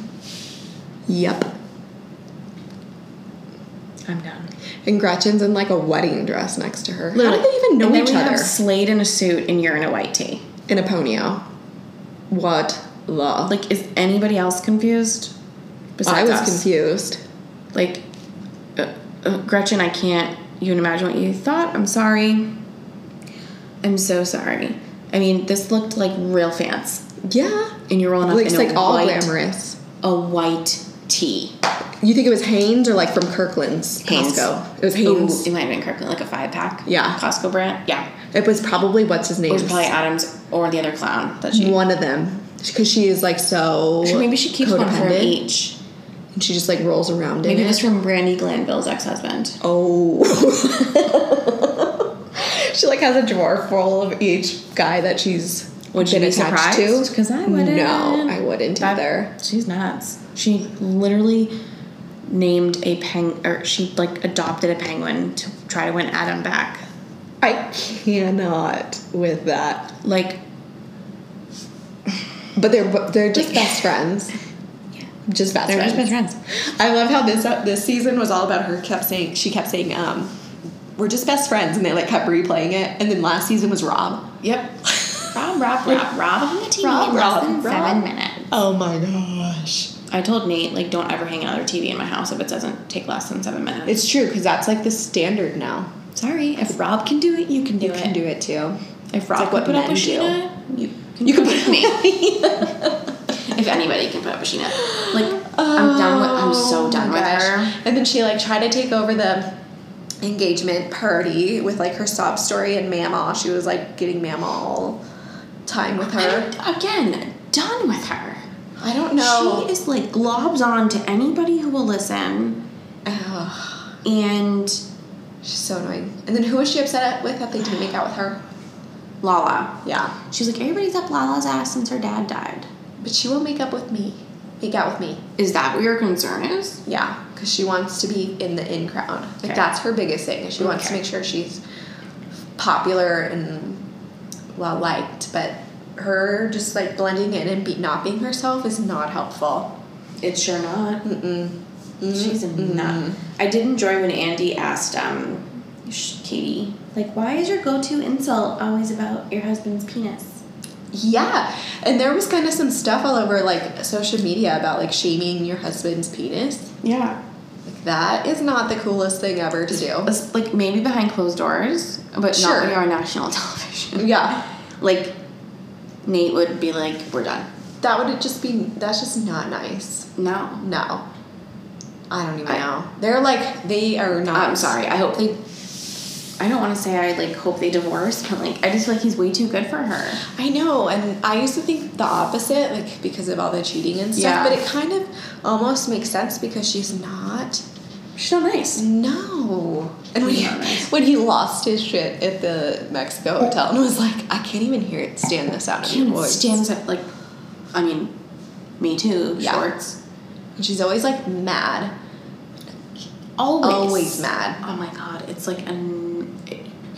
Speaker 1: Yep.
Speaker 2: I'm done.
Speaker 1: And Gretchen's in like a wedding dress next to her. How do they even know
Speaker 2: and
Speaker 1: each
Speaker 2: then we
Speaker 1: other?
Speaker 2: Have Slade in a suit, and you're in a white tee.
Speaker 1: in a ponyo. What the?
Speaker 2: Like, is anybody else confused?
Speaker 1: I
Speaker 2: Besides
Speaker 1: was
Speaker 2: us?
Speaker 1: confused.
Speaker 2: Like, uh, uh, Gretchen, I can't even imagine what you thought. I'm sorry. I'm so sorry. I mean, this looked like real fans,
Speaker 1: Yeah.
Speaker 2: and you're rolling up
Speaker 1: Looks
Speaker 2: in
Speaker 1: like
Speaker 2: a
Speaker 1: all
Speaker 2: white,
Speaker 1: glamorous.
Speaker 2: a white tee.
Speaker 1: You think it was Hanes or like from Kirkland's
Speaker 2: Hanes.
Speaker 1: Costco? It was Hanes.
Speaker 2: Ooh, it might have been Kirkland, like a five pack.
Speaker 1: Yeah.
Speaker 2: Costco brand. Yeah.
Speaker 1: It was probably what's his
Speaker 2: It
Speaker 1: name?
Speaker 2: was probably Adams or the other clown that she.
Speaker 1: one of them because she is like so.
Speaker 2: She- maybe she keeps one from
Speaker 1: codependent,
Speaker 2: each.
Speaker 1: And she just like rolls around
Speaker 2: Maybe
Speaker 1: in
Speaker 2: it was
Speaker 1: it.
Speaker 2: from Brandy Glanville's ex-husband.
Speaker 1: Oh. <laughs> she like has a drawer full of each guy that she's
Speaker 2: Would you
Speaker 1: been
Speaker 2: be
Speaker 1: attached
Speaker 2: surprised?
Speaker 1: to.
Speaker 2: 'Cause I wouldn't.
Speaker 1: No, I wouldn't
Speaker 2: That-
Speaker 1: either.
Speaker 2: She's nuts. She literally named a peng or she like adopted a penguin to try to win Adam back.
Speaker 1: I cannot with that.
Speaker 2: Like
Speaker 1: But they're bo- they're just
Speaker 2: <laughs>
Speaker 1: best friends. Just best
Speaker 2: they're
Speaker 1: friends.
Speaker 2: just best friends.
Speaker 1: I love how this uh, this season was all about her. Kept saying she kept saying, um, "We're just best friends," and they like kept replaying it. And then last season was Rob.
Speaker 2: Yep. <laughs> Rob, Rob, Rob, Rob on the TV
Speaker 1: Rob,
Speaker 2: in less
Speaker 1: Rob,
Speaker 2: than
Speaker 1: Rob.
Speaker 2: seven minutes.
Speaker 1: <laughs> Oh my gosh!
Speaker 2: I told Nate like don't ever hang another TV in my house if it doesn't take less than seven minutes.
Speaker 1: It's true because that's like the standard now.
Speaker 2: Sorry, if Rob can do it, you can do
Speaker 1: You
Speaker 2: it.
Speaker 1: can do it too.
Speaker 2: If Rob
Speaker 1: like what
Speaker 2: can put up
Speaker 1: men
Speaker 2: with
Speaker 1: do.
Speaker 2: Sheena, you can,
Speaker 1: You
Speaker 2: put
Speaker 1: can
Speaker 2: up with
Speaker 1: <laughs>
Speaker 2: me. if anybody can put up with Sheena, like I'm done with. I'm so done
Speaker 1: Oh
Speaker 2: with
Speaker 1: my gosh.
Speaker 2: her.
Speaker 1: And then she like tried to take over the engagement party with like her sob story and Mama. She was like getting Mama all time with her.
Speaker 2: I'm, again, done with her.
Speaker 1: I don't know.
Speaker 2: She is like globs on to anybody who will listen,
Speaker 1: Ugh,
Speaker 2: and
Speaker 1: <sighs> she's so annoying. And then who was she upset at with that they didn't make out with her?
Speaker 2: Lala.
Speaker 1: Yeah.
Speaker 2: She's like everybody's up Lala's ass since her dad died.
Speaker 1: But she won't make up with me. Make out with me.
Speaker 2: Is that what your concern is?
Speaker 1: Yeah, because she wants to be in the in crowd. Like
Speaker 2: Okay.
Speaker 1: that's her biggest thing. is She wants to
Speaker 2: Okay.
Speaker 1: make sure she's popular and well liked, but her just like blending in and be, not being herself is not helpful.
Speaker 2: It's sure not.
Speaker 1: Mm-mm.
Speaker 2: She's a nut. I did enjoy when Andy asked um, sh- Katie, like, why is your go-to insult always about your husband's penis?
Speaker 1: Yeah, and there was kind of some stuff all over like social media about like shaming your husband's penis.
Speaker 2: Yeah.
Speaker 1: Like that is not the coolest thing ever to
Speaker 2: <laughs>
Speaker 1: do.
Speaker 2: It's, like maybe behind closed doors, but
Speaker 1: Sure.
Speaker 2: not when you're on national <laughs> television.
Speaker 1: Yeah,
Speaker 2: Like, Nate would be like, "We're done."
Speaker 1: that would just be that's just not nice.
Speaker 2: No.
Speaker 1: No, I don't even
Speaker 2: I-
Speaker 1: know. They're like they are not.
Speaker 2: I'm sorry. I hope they. I don't want to say I like hope they divorce, but like I just feel like he's way too good for her.
Speaker 1: I know, and I used to think the opposite, like because of all the cheating and stuff.
Speaker 2: Yeah.
Speaker 1: But it kind of almost makes sense because she's not.
Speaker 2: She's not nice.
Speaker 1: No. And when he,
Speaker 2: Not
Speaker 1: <laughs>
Speaker 2: nice.
Speaker 1: when he lost his shit at the Mexico hotel and was like, I can't even hear it stand this out of your
Speaker 2: Can't
Speaker 1: voice.
Speaker 2: stand that. Like, I mean, me too.
Speaker 1: Yeah.
Speaker 2: Shorts.
Speaker 1: And she's always like mad,
Speaker 2: Always.
Speaker 1: always mad.
Speaker 2: Oh my god, it's like an.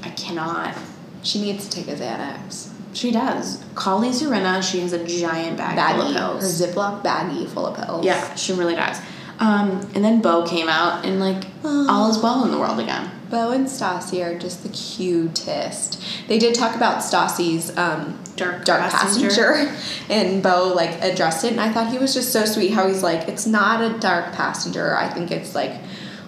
Speaker 2: I cannot.
Speaker 1: She needs to take a Xanax.
Speaker 2: She does. Callie Serena, she has a giant bag full
Speaker 1: Baggy,
Speaker 2: of
Speaker 1: her
Speaker 2: pills.
Speaker 1: Ziploc baggy full of pills.
Speaker 2: Yeah, she really does. Um, and then Bo came out and like
Speaker 1: Oh.
Speaker 2: all is well in the world again.
Speaker 1: Bo and Stassi are just the cutest. They did talk about Stassi's um,
Speaker 2: Dark
Speaker 1: dark
Speaker 2: passenger.
Speaker 1: passenger. <laughs> and Bo like addressed it and I thought he was just so sweet how he's like it's not a dark passenger I think it's like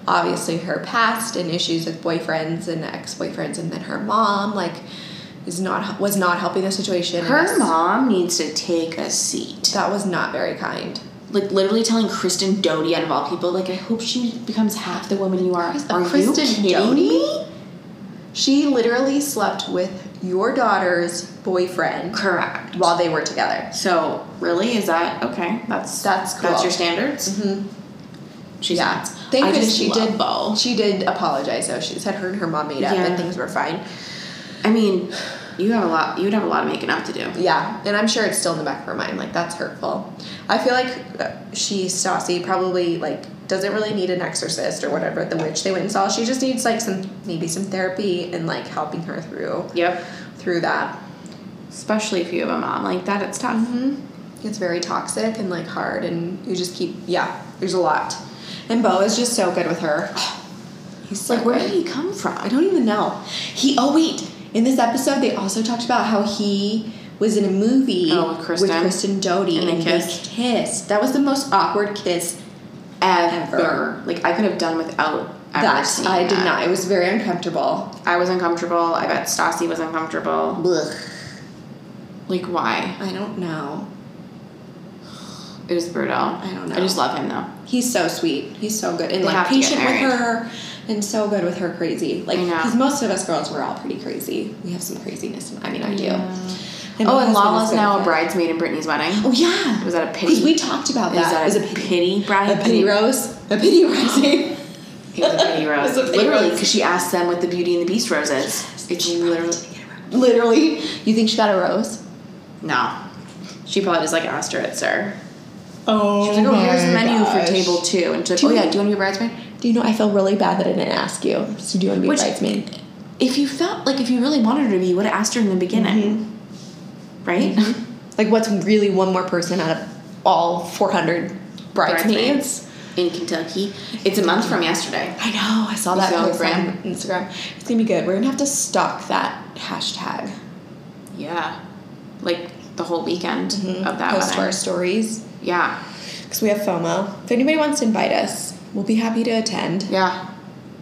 Speaker 1: obviously her past and issues with boyfriends and ex-boyfriends and then her mom like is not was not helping the situation and
Speaker 2: Her
Speaker 1: it's-
Speaker 2: mom needs to take a seat.
Speaker 1: that was not very kind
Speaker 2: Like literally telling Kristen Doty out of all people, like I hope she becomes half the woman you are.
Speaker 1: A
Speaker 2: Are
Speaker 1: Kristen
Speaker 2: you kidding
Speaker 1: Doty?
Speaker 2: me?
Speaker 1: she literally slept with your daughter's boyfriend
Speaker 2: Correct.
Speaker 1: while they were together
Speaker 2: So really, is that okay? That's
Speaker 1: That's cool.
Speaker 2: That's your standards.
Speaker 1: Mhm.
Speaker 2: She's
Speaker 1: yeah.
Speaker 2: nuts.
Speaker 1: Thank
Speaker 2: I
Speaker 1: goodness
Speaker 2: just
Speaker 1: she
Speaker 2: love
Speaker 1: did.
Speaker 2: Bo.
Speaker 1: She did apologize though. She said her and her mom made up
Speaker 2: Yeah.
Speaker 1: and things were fine.
Speaker 2: I mean, You have a lot. You'd have a lot of making up to do.
Speaker 1: Yeah, and I'm sure it's still in the back of her mind. Like that's hurtful. I feel like uh, she Stassi probably like doesn't really need an exorcist or whatever the witch they went and saw. She just needs like some maybe some therapy and like helping her through
Speaker 2: Yep.
Speaker 1: through that.
Speaker 2: Especially if you have a mom like that, it's tough.
Speaker 1: Mm-hmm. It's very toxic and like hard, and you just keep yeah. There's a lot, and Bo is just so good with her. <sighs> He's
Speaker 2: It's
Speaker 1: so
Speaker 2: like, where did
Speaker 1: good.
Speaker 2: he come from?
Speaker 1: I don't even know. He oh wait, in this episode they also talked about how he was in a movie
Speaker 2: Oh, with Kristen.
Speaker 1: Kristen Doty
Speaker 2: And they kissed.
Speaker 1: kissed. That was the most awkward kiss
Speaker 2: ever.
Speaker 1: Ever.
Speaker 2: Like I could have done without ever
Speaker 1: that
Speaker 2: seeing
Speaker 1: I did
Speaker 2: that.
Speaker 1: not. It was very uncomfortable.
Speaker 2: I was uncomfortable. I bet Stassi was uncomfortable. Like why?
Speaker 1: I don't know.
Speaker 2: It was brutal. I
Speaker 1: don't know.
Speaker 2: I just love him though.
Speaker 1: He's so sweet. He's so good and
Speaker 2: They
Speaker 1: like
Speaker 2: have to get
Speaker 1: patient with
Speaker 2: married.
Speaker 1: her and so good with her crazy. Like
Speaker 2: I know.
Speaker 1: because most of us girls we're all pretty crazy. We have some craziness. in- I mean, I do.
Speaker 2: Yeah.
Speaker 1: And
Speaker 2: oh,
Speaker 1: my
Speaker 2: and
Speaker 1: husband is
Speaker 2: Lala's
Speaker 1: good
Speaker 2: now
Speaker 1: with
Speaker 2: a
Speaker 1: it.
Speaker 2: bridesmaid in Brittany's wedding.
Speaker 1: Oh yeah.
Speaker 2: Was that a pity?
Speaker 1: Because we talked about that.
Speaker 2: Is that
Speaker 1: it was
Speaker 2: a
Speaker 1: a pity.
Speaker 2: pity, bride?
Speaker 1: A pity rose. A pity rising.
Speaker 2: It was a <laughs> pity
Speaker 1: It was
Speaker 2: rose.
Speaker 1: a pity
Speaker 2: literally,
Speaker 1: rose.
Speaker 2: because she asked them what the Beauty and the Beast rose is. It's literally
Speaker 1: <laughs> Literally. You think she got a rose?
Speaker 2: no. She probably just like asked her at sir.
Speaker 1: Oh.
Speaker 2: She was like, "Oh, here's the menu for table two. And she's like, "Oh
Speaker 1: Two.
Speaker 2: yeah, do you want to be a bridesmaid?"
Speaker 1: Do you know I feel really bad that I didn't ask you? So do you want to be
Speaker 2: Which-
Speaker 1: a bridesmaid?
Speaker 2: If you felt like if you really wanted her to be, you would have asked her in the beginning, right?
Speaker 1: Like what's really one more person out of all four hundred bridesmaids?
Speaker 2: Bridesmaids <laughs> in Kentucky. It's a month from yesterday.
Speaker 1: I know, I saw
Speaker 2: You
Speaker 1: that
Speaker 2: saw
Speaker 1: post
Speaker 2: Graham?
Speaker 1: on Instagram. It's gonna be good. We're gonna have to stock that hashtag.
Speaker 2: Yeah, Mm-hmm. like the whole weekend of
Speaker 1: Mm-hmm.
Speaker 2: that
Speaker 1: post to our
Speaker 2: wedding.
Speaker 1: stories.
Speaker 2: Yeah,
Speaker 1: Because we have FOMO. If anybody wants to invite us, we'll be happy to attend.
Speaker 2: yeah.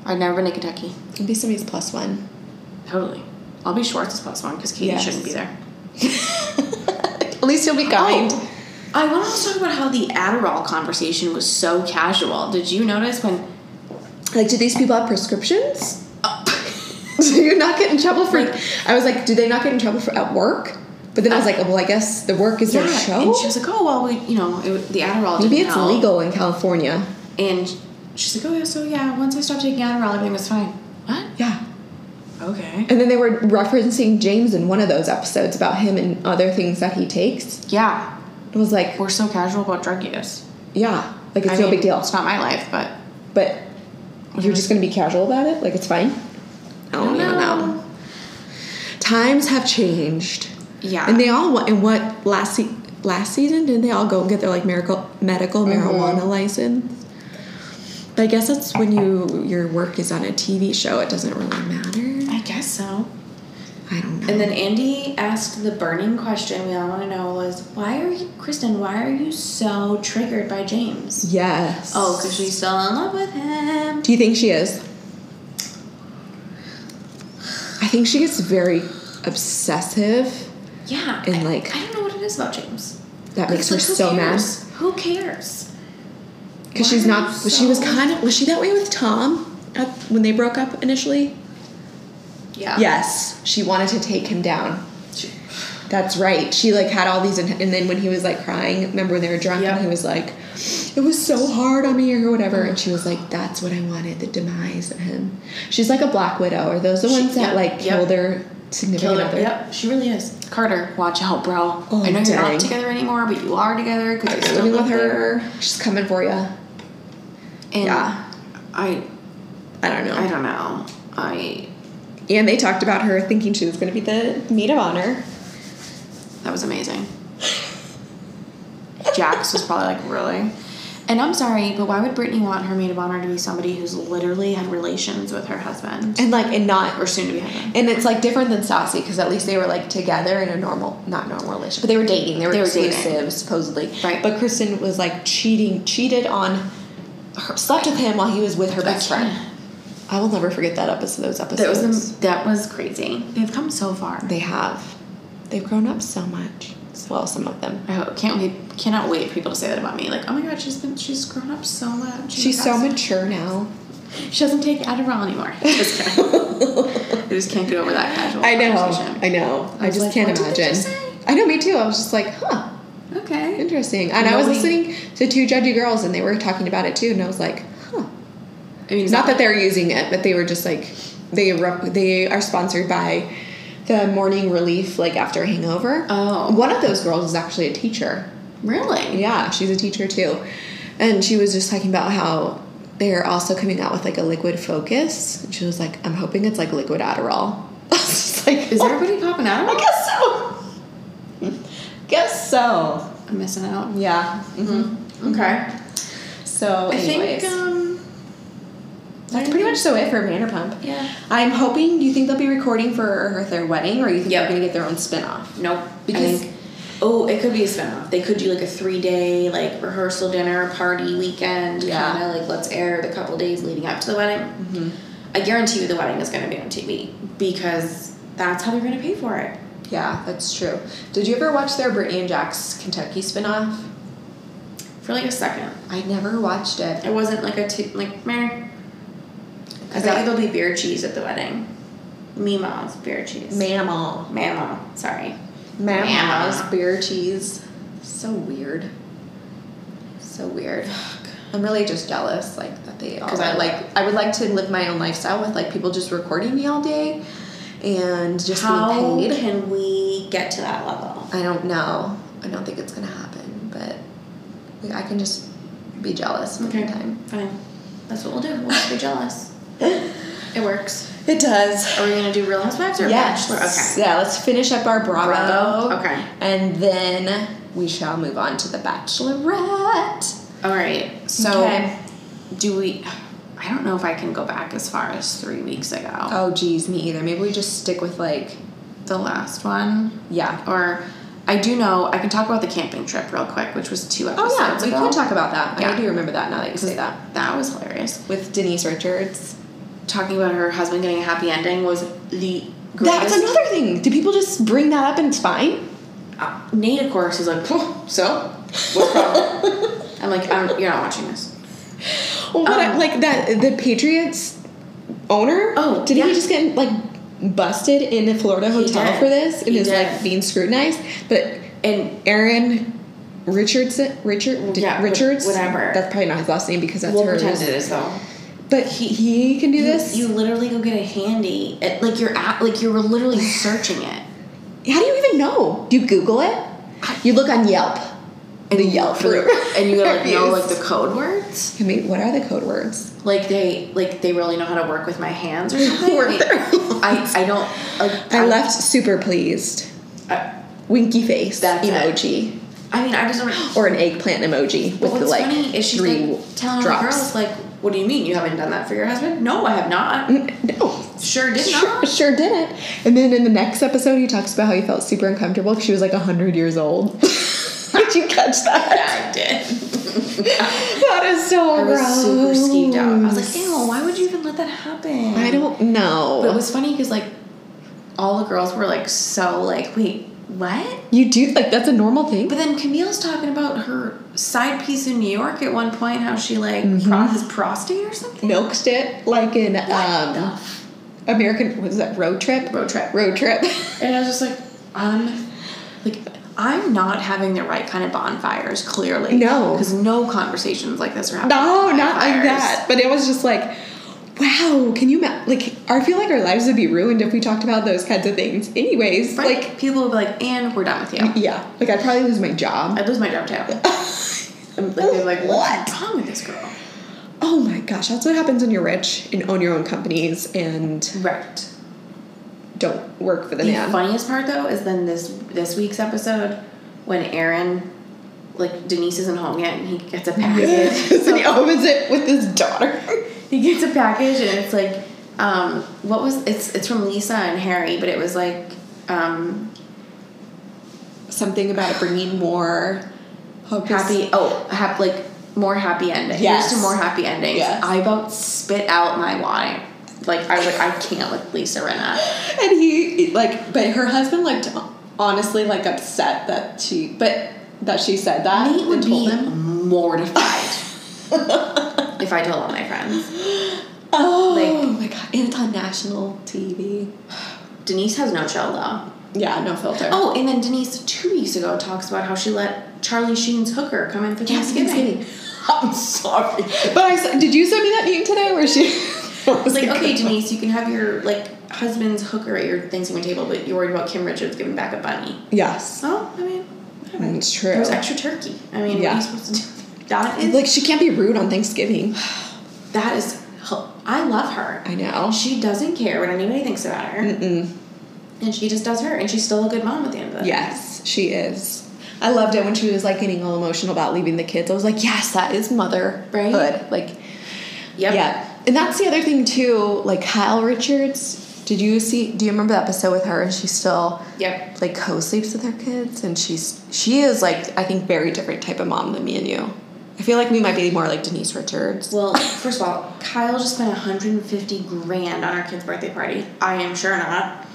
Speaker 2: I've never been to Kentucky.
Speaker 1: It'll be somebody's plus one.
Speaker 2: Totally. I'll be Schwartz's plus one because Katie
Speaker 1: Yes.
Speaker 2: shouldn't be there.
Speaker 1: <laughs> At least you'll be kind.
Speaker 2: Oh, I want to talk about how the Adderall conversation was so casual. Did you notice when?
Speaker 1: Like, do these people have prescriptions? <laughs> so you're not getting in trouble for. I was like, do they not get in trouble for at work? But then I was like, well, I guess the work is
Speaker 2: yeah,
Speaker 1: their show.
Speaker 2: and she was like, "Oh well, we, you know, it, the Adderall."
Speaker 1: Maybe
Speaker 2: didn't
Speaker 1: it's
Speaker 2: help."
Speaker 1: legal in California.
Speaker 2: And she's like, "Oh yeah, so yeah, once I stopped taking Adderall, everything was fine." What?
Speaker 1: Yeah.
Speaker 2: Okay.
Speaker 1: And then they were referencing James in one of those episodes about him and other things that he takes.
Speaker 2: Yeah,
Speaker 1: It was like,
Speaker 2: we're so casual about drug use.
Speaker 1: yeah, like it's
Speaker 2: I
Speaker 1: no
Speaker 2: mean,
Speaker 1: big deal.
Speaker 2: It's not my life, but
Speaker 1: But you're just gonna be casual about it? Like it's fine? I don't even know. Times have changed.
Speaker 2: Yeah.
Speaker 1: And they all went and what last se- last season didn't they all go and get their like miracle medical marijuana license? But I guess that's when you your work is on a TV show, it doesn't really matter.
Speaker 2: I guess so.
Speaker 1: I don't know.
Speaker 2: And then Andy asked the burning question we all want to know was, "Why are you, Kristen? Why are you so triggered by James?"
Speaker 1: yes.
Speaker 2: Oh, because she's still in love with him.
Speaker 1: Do you think she is? I think she gets very obsessive.
Speaker 2: Yeah.
Speaker 1: And,
Speaker 2: I-
Speaker 1: like-
Speaker 2: I, don't know what it is about James.
Speaker 1: That makes her
Speaker 2: Like, who
Speaker 1: so mad.
Speaker 2: cares? Who cares?
Speaker 1: Because she's
Speaker 2: Why are
Speaker 1: not.
Speaker 2: you
Speaker 1: She was
Speaker 2: so-
Speaker 1: kind of. Was she that way with Tom at, when they broke up initially?
Speaker 2: Yeah.
Speaker 1: Yes, she wanted to take him down. That's right. She like had all these, and, and then when he was like crying, remember when they were drunk,
Speaker 2: Yep.
Speaker 1: and he was like, "It was so hard on me" or whatever, and she was like, "That's what I wanted—the demise of him." She's like a black widow. Are those the
Speaker 2: She-
Speaker 1: ones that
Speaker 2: yep,
Speaker 1: like
Speaker 2: yep.
Speaker 1: killed their significant
Speaker 2: Killed her.
Speaker 1: other?
Speaker 2: Yep, she really is. Carter, watch out, bro.
Speaker 1: Oh,
Speaker 2: I know you're
Speaker 1: dang.
Speaker 2: not together anymore, but you are together because you're
Speaker 1: You're
Speaker 2: still
Speaker 1: living with
Speaker 2: there.
Speaker 1: her. She's coming for you. I
Speaker 2: And
Speaker 1: Yeah.
Speaker 2: I
Speaker 1: don't know.
Speaker 2: I don't know. I
Speaker 1: And they talked about her thinking she was going to be the maid of honor.
Speaker 2: that
Speaker 1: <laughs>
Speaker 2: was amazing. Jax was probably like, really? And I'm sorry, but why would Brittany want her maid of honor to be somebody who's literally had relations with her husband?
Speaker 1: And like, and not
Speaker 2: Or soon to be husband.
Speaker 1: And it's like different than Stassi because at least they were like together in a normal, not normal relationship, but they were dating. They were,
Speaker 2: They were dating.
Speaker 1: exclusive, supposedly.
Speaker 2: Right.
Speaker 1: But Kristen was like cheating, cheated on, her, slept with him while he was with her best
Speaker 2: I can't.
Speaker 1: friend. I will never forget that episode. Those episodes.
Speaker 2: That was that was crazy. They've come so far.
Speaker 1: they have. They've grown up so much. Well, some of them.
Speaker 2: I hope, can't wait cannot wait for people to say that about me. Like, oh my god, she's been she's grown up so much. She
Speaker 1: She's so
Speaker 2: does-
Speaker 1: mature now.
Speaker 2: She doesn't take Adderall anymore. <laughs> Just
Speaker 1: <laughs>
Speaker 2: kidding. I just can't get over that casual conversation.
Speaker 1: know.
Speaker 2: I was like, what did they just say?
Speaker 1: I know. Me too. I was just like, huh.
Speaker 2: Okay.
Speaker 1: Interesting. And I was
Speaker 2: Knowing-
Speaker 1: listening to two judgy girls, and they were talking about it too, and I was like, huh.
Speaker 2: I mean,
Speaker 1: Not that they're using it, but they were just like they rep- they are sponsored by the morning relief, like after a hangover.
Speaker 2: Oh.
Speaker 1: One of those girls is actually a teacher.
Speaker 2: Really?
Speaker 1: Yeah, she's a teacher too. And she was just talking about how they're also coming out with like a liquid focus. And she was like, I'm hoping it's like liquid Adderall. <laughs> I was just like,
Speaker 2: Is
Speaker 1: "Oh,
Speaker 2: everybody popping out?
Speaker 1: I guess so. guess so.
Speaker 2: I'm missing out.
Speaker 1: Yeah. Mm-hmm.
Speaker 2: Okay.
Speaker 1: So,
Speaker 2: Hmm. I
Speaker 1: anyways,
Speaker 2: think um,
Speaker 1: that's pretty much so it for Vanderpump.
Speaker 2: yeah.
Speaker 1: I'm hoping. Do you think they'll be recording for their wedding, or you think
Speaker 2: Yep.
Speaker 1: they're gonna get their own spin-off?
Speaker 2: Nope. Because
Speaker 1: think-
Speaker 2: oh, it could be a spinoff. They could do like a three day like rehearsal dinner party weekend.
Speaker 1: Yeah.
Speaker 2: Kind of like let's air the couple days leading up to the wedding. I guarantee you the wedding is going to be on TV because that's how they're going to pay for it.
Speaker 1: Yeah, that's true. Did you ever watch their Britney and Jack's Kentucky spin-off?
Speaker 2: For like a second,
Speaker 1: I never watched it.
Speaker 2: it wasn't like a t- like meh. I
Speaker 1: Is
Speaker 2: bet
Speaker 1: that-
Speaker 2: you there'll be beer cheese at the wedding. Meemaw's beer cheese.
Speaker 1: Mammal.
Speaker 2: Mamaw, sorry.
Speaker 1: Mammal's
Speaker 2: Mamma.
Speaker 1: beer cheese. So weird. So weird. I'm really just jealous, like that they all.
Speaker 2: 'Cause I-
Speaker 1: I like. I would like to live my own lifestyle with like people just recording me all day, and just
Speaker 2: How
Speaker 1: being paid.
Speaker 2: can we get to that level?
Speaker 1: I don't know. I don't think it's gonna happen, but like, I can just be jealous in
Speaker 2: Okay.
Speaker 1: the time.
Speaker 2: Fine. That's what we'll do. We'll just be jealous. <laughs> It works.
Speaker 1: It does.
Speaker 2: Are we gonna do Real Housewives or
Speaker 1: Yes.
Speaker 2: Bachelor? Okay.
Speaker 1: Yeah. Let's finish up our Bravo.
Speaker 2: Bravo. Okay.
Speaker 1: And then we shall move on to the Bachelorette.
Speaker 2: All right. So,
Speaker 1: Okay.
Speaker 2: do we? I don't know if I can go back as far as three weeks ago.
Speaker 1: Oh, geez, me either. Maybe we just stick with like,
Speaker 2: The last one,
Speaker 1: yeah.
Speaker 2: or I do know I can talk about the camping trip real quick, which was two episodes
Speaker 1: Oh yeah, we
Speaker 2: ago.
Speaker 1: can talk about that. I
Speaker 2: Yeah.
Speaker 1: do remember that now that you say that.
Speaker 2: That was hilarious.
Speaker 1: With Denise Richards.
Speaker 2: Talking about her husband getting a happy ending was the greatest.
Speaker 1: That's another thing. Do people just bring that up and it's fine?
Speaker 2: Uh, Nate, of course, is like, "Phew, so what's wrong? I'm like, I'm, you're not watching this.
Speaker 1: <laughs> Well, what
Speaker 2: Um,
Speaker 1: like that the Patriots owner?
Speaker 2: Oh,
Speaker 1: did
Speaker 2: yeah.
Speaker 1: he just get like busted in a Florida hotel
Speaker 2: did.
Speaker 1: for this and
Speaker 2: He
Speaker 1: is like
Speaker 2: did.
Speaker 1: being scrutinized? But
Speaker 2: And
Speaker 1: Aaron Richardson, Richard,
Speaker 2: Yeah, wh-
Speaker 1: Richards,
Speaker 2: whatever.
Speaker 1: That's probably not his last name because that's
Speaker 2: we'll
Speaker 1: hers.
Speaker 2: pretend it is though.
Speaker 1: But he he can do this.
Speaker 2: You literally go get a handy. It, like you're at, like you
Speaker 1: <sighs>
Speaker 2: were literally searching it.
Speaker 1: How do you even know? Do you Google it? You look on Yelp. And the Yelp
Speaker 2: For the-
Speaker 1: room.
Speaker 2: and you
Speaker 1: <laughs>
Speaker 2: gotta like know like
Speaker 1: reviews.
Speaker 2: the code words.
Speaker 1: I mean, what are the code words?
Speaker 2: Like they like they really know how to work with my hands or
Speaker 1: <laughs>
Speaker 2: something.
Speaker 1: Work their
Speaker 2: I I don't. Like,
Speaker 1: I left super pleased.
Speaker 2: I,
Speaker 1: Winky face
Speaker 2: That's it.
Speaker 1: emoji.
Speaker 2: I mean,
Speaker 1: <gasps>
Speaker 2: I just don't.
Speaker 1: or an eggplant emoji with
Speaker 2: What's
Speaker 1: the like
Speaker 2: funny is she's
Speaker 1: three
Speaker 2: like telling all the
Speaker 1: drops.
Speaker 2: girls like, "What do you mean you haven't done that for your husband? No, I have not.
Speaker 1: no,
Speaker 2: Sure did
Speaker 1: Mm. <laughs> sure,
Speaker 2: not.
Speaker 1: sure didn't. And then in the next episode, he talks about how he felt super uncomfortable because she was like hundred years old. <laughs> Did you catch that?
Speaker 2: I
Speaker 1: <laughs>
Speaker 2: did.
Speaker 1: That is so
Speaker 2: I was super skeeved out. I was like,
Speaker 1: gross.
Speaker 2: ew, why would you even let that happen?
Speaker 1: I don't know.
Speaker 2: But it was funny because like all the girls were like so like, wait, what?
Speaker 1: you do like that's a normal thing.
Speaker 2: But then Camille's talking about her side piece in New York at one point, how she like
Speaker 1: Mm-hmm.
Speaker 2: pro- his prostate or something.
Speaker 1: milked it like in um, American what is that road trip?
Speaker 2: Road trip.
Speaker 1: Road trip. <laughs>
Speaker 2: And I was just like, um, like I'm not having the right kind of bonfires. Clearly,
Speaker 1: No.
Speaker 2: because no conversations like this are happening.
Speaker 1: No,
Speaker 2: at
Speaker 1: not like
Speaker 2: bonfires.
Speaker 1: that. But it was just like, wow, can you ma- like? I feel like our lives would be ruined if we talked about those kinds of things. Anyways,
Speaker 2: Right?
Speaker 1: like,
Speaker 2: Like people would be like, and we're done with you.
Speaker 1: yeah, like I'd probably lose my job.
Speaker 2: I'd lose my job
Speaker 1: <laughs>
Speaker 2: too. I'm- like they're like, what's wrong with this girl?
Speaker 1: Oh my gosh, that's what happens when you're rich and own your own companies and
Speaker 2: Right.
Speaker 1: don't work for the <laughs>
Speaker 2: The
Speaker 1: man.
Speaker 2: funniest part though is then this this week's episode when Aaron, like Denise isn't home yet, and he gets a
Speaker 1: <laughs>
Speaker 2: package.
Speaker 1: and he opens it with his daughter. <laughs>
Speaker 2: he gets a package, and it's like, um, what was it's it's from Lisa and Harry, but it was like, um,
Speaker 1: Something about bringing more hope is-
Speaker 2: happy. Oh, hap, like more happy ending.
Speaker 1: Yes.
Speaker 2: Here's to more happy endings.
Speaker 1: Yes.
Speaker 2: I about spit out my wine. Like I was like, I can't with Lisa Rinna.
Speaker 1: And he like, but her husband looked honestly like upset that she, but that she said that
Speaker 2: Nate would
Speaker 1: and told
Speaker 2: be
Speaker 1: him.
Speaker 2: mortified if I told all my friends.
Speaker 1: <laughs> Oh
Speaker 2: Like-
Speaker 1: my god, and it's on national TV.
Speaker 2: Denise has no chill though.
Speaker 1: Yeah, no filter.
Speaker 2: Oh, and then Denise two weeks ago talks about how she let Charlie Sheen's hooker come in for
Speaker 1: Yes,
Speaker 2: Thanksgiving.
Speaker 1: <laughs>
Speaker 2: I'm sorry.
Speaker 1: but I s- did you send me that meme today where she <laughs>
Speaker 2: It's like, okay, Denise, you can have your like husband's hooker at your Thanksgiving table, but you're worried about Kim Richards giving back a bunny.
Speaker 1: Yes.
Speaker 2: Well, I mean, whatever.
Speaker 1: It's true.
Speaker 2: There's extra turkey. I mean,
Speaker 1: Yeah.
Speaker 2: what are you supposed to do? That is
Speaker 1: Like she can't be rude on Thanksgiving.
Speaker 2: that is. I love her.
Speaker 1: I Mm. know.
Speaker 2: She doesn't care what anybody thinks about her,
Speaker 1: Mm-mm.
Speaker 2: and she just does her, and she's still a good mom at the end of it.
Speaker 1: Yes, she is. I loved it when she was like getting all emotional about leaving the kids. I was like, yes, that is motherhood.
Speaker 2: Right.
Speaker 1: Like,
Speaker 2: Yep.
Speaker 1: yeah. And that's the other thing too. Like Kyle Richards. Did you see? Do you remember the episode with her? And she's still
Speaker 2: Yep.
Speaker 1: like co-sleeps with her kids, and she's she is like I think very different type of mom than me and you. I feel like we might be more like Denise Richards.
Speaker 2: Well, first of all, Kyle just spent 150 grand on our kid's birthday party. I am sure not.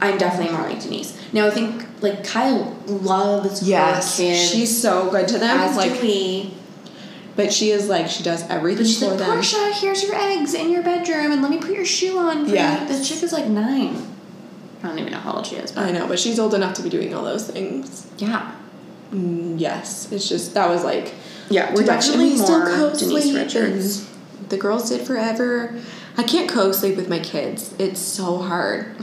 Speaker 2: I'm definitely more like Denise. Now I think like Kyle loves
Speaker 1: Yes,
Speaker 2: her kids.
Speaker 1: she's so good to them.
Speaker 2: as
Speaker 1: like,
Speaker 2: do we.
Speaker 1: but she is like she does everything
Speaker 2: But she's
Speaker 1: for
Speaker 2: like,
Speaker 1: them.
Speaker 2: Portia, here's your eggs in your bedroom, and let me put your shoe on. For
Speaker 1: Yeah.
Speaker 2: you. This chick is like nine. I don't even know how old she is, but
Speaker 1: I know, but she's old enough to be doing all those things.
Speaker 2: yeah,
Speaker 1: Mm, yes, it's just that was like
Speaker 2: yeah,
Speaker 1: too
Speaker 2: we're
Speaker 1: much. And
Speaker 2: definitely
Speaker 1: we
Speaker 2: more Denise
Speaker 1: co-sleep,
Speaker 2: Richards.
Speaker 1: and The girls did forever. I can't co-sleep with my kids. It's so hard.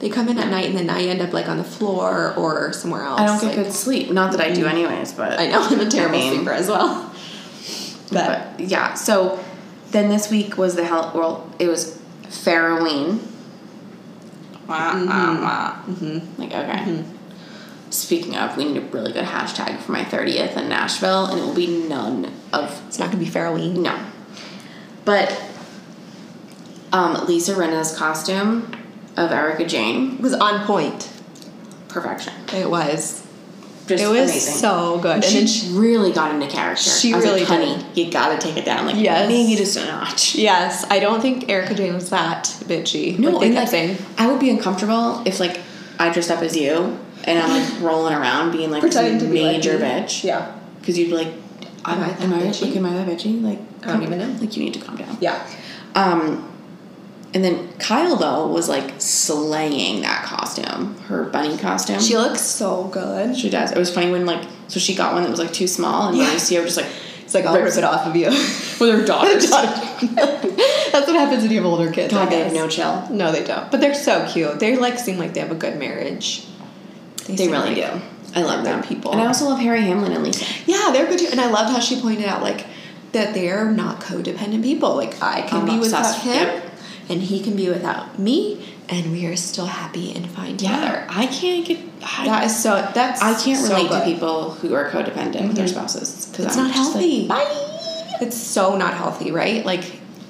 Speaker 1: They come in at night, and then I end up like on the floor or somewhere else.
Speaker 2: I don't get
Speaker 1: like,
Speaker 2: good sleep. Not that I do, anyways. But
Speaker 1: I know I'm a terrible
Speaker 2: mean-
Speaker 1: sleeper as
Speaker 2: <laughs>
Speaker 1: well. But,
Speaker 2: But yeah, so then this week was the hell. Well, it was Farroween. Wah, wah, wah. Mm-hmm. Like okay. Speaking of, we need a really good hashtag for my thirtieth in Nashville, and it will be none of
Speaker 1: it's not gonna be Farrowing.
Speaker 2: no. But um, Lisa Rinna's costume of Erica Jane,
Speaker 1: It was on point.
Speaker 2: perfection.
Speaker 1: It was.
Speaker 2: Just
Speaker 1: it was
Speaker 2: amazing.
Speaker 1: so good. And
Speaker 2: she,
Speaker 1: then she,
Speaker 2: really got into character.
Speaker 1: She
Speaker 2: I was
Speaker 1: really
Speaker 2: like, honey, you gotta take it down. Like,
Speaker 1: Yes.
Speaker 2: maybe just a notch.
Speaker 1: yes, I don't think Erica Jane was that bitchy.
Speaker 2: No,
Speaker 1: like they
Speaker 2: and
Speaker 1: kept
Speaker 2: like
Speaker 1: saying.
Speaker 2: I would be uncomfortable if like I dressed up as you and I'm like rolling around being like
Speaker 1: Pretending to be like
Speaker 2: major
Speaker 1: me.
Speaker 2: bitch.
Speaker 1: Yeah.
Speaker 2: Because you'd be like, am I, am I
Speaker 1: bitchy?
Speaker 2: like am I that bitchy? Like
Speaker 1: I don't
Speaker 2: come-
Speaker 1: even know.
Speaker 2: Like you need to calm down.
Speaker 1: Yeah.
Speaker 2: Um, and then Kyle though was like slaying that costume, her bunny costume.
Speaker 1: She looks so good.
Speaker 2: she does. It was funny when like so she got one that was like too small and
Speaker 1: Yeah.
Speaker 2: Mauricio just like
Speaker 1: It's like I'll rip it off of you.
Speaker 2: <laughs> with her daughters.
Speaker 1: <laughs> That's what happens when you have older kids. I
Speaker 2: God, they
Speaker 1: guess.
Speaker 2: have no chill.
Speaker 1: No, they don't. But they're so cute. They like seem like they have a good marriage.
Speaker 2: They
Speaker 1: seem
Speaker 2: really
Speaker 1: like-
Speaker 2: do. I love
Speaker 1: they're
Speaker 2: them
Speaker 1: people.
Speaker 2: and I also love Harry Hamlin and Lisa.
Speaker 1: Yeah, they're good too. And I loved how she pointed out like that they're not codependent people. Like I can
Speaker 2: I'm
Speaker 1: be without
Speaker 2: obsessed.
Speaker 1: him,
Speaker 2: Yep.
Speaker 1: and he can be without me, and we are still happy and fine
Speaker 2: Yeah,
Speaker 1: together.
Speaker 2: I can't get. I,
Speaker 1: That is so. That's
Speaker 2: I can't
Speaker 1: so
Speaker 2: relate
Speaker 1: good.
Speaker 2: to people who are codependent with their spouses because
Speaker 1: It's
Speaker 2: I'm
Speaker 1: not
Speaker 2: just like,
Speaker 1: healthy.
Speaker 2: Bye.
Speaker 1: It's so not healthy, right? Like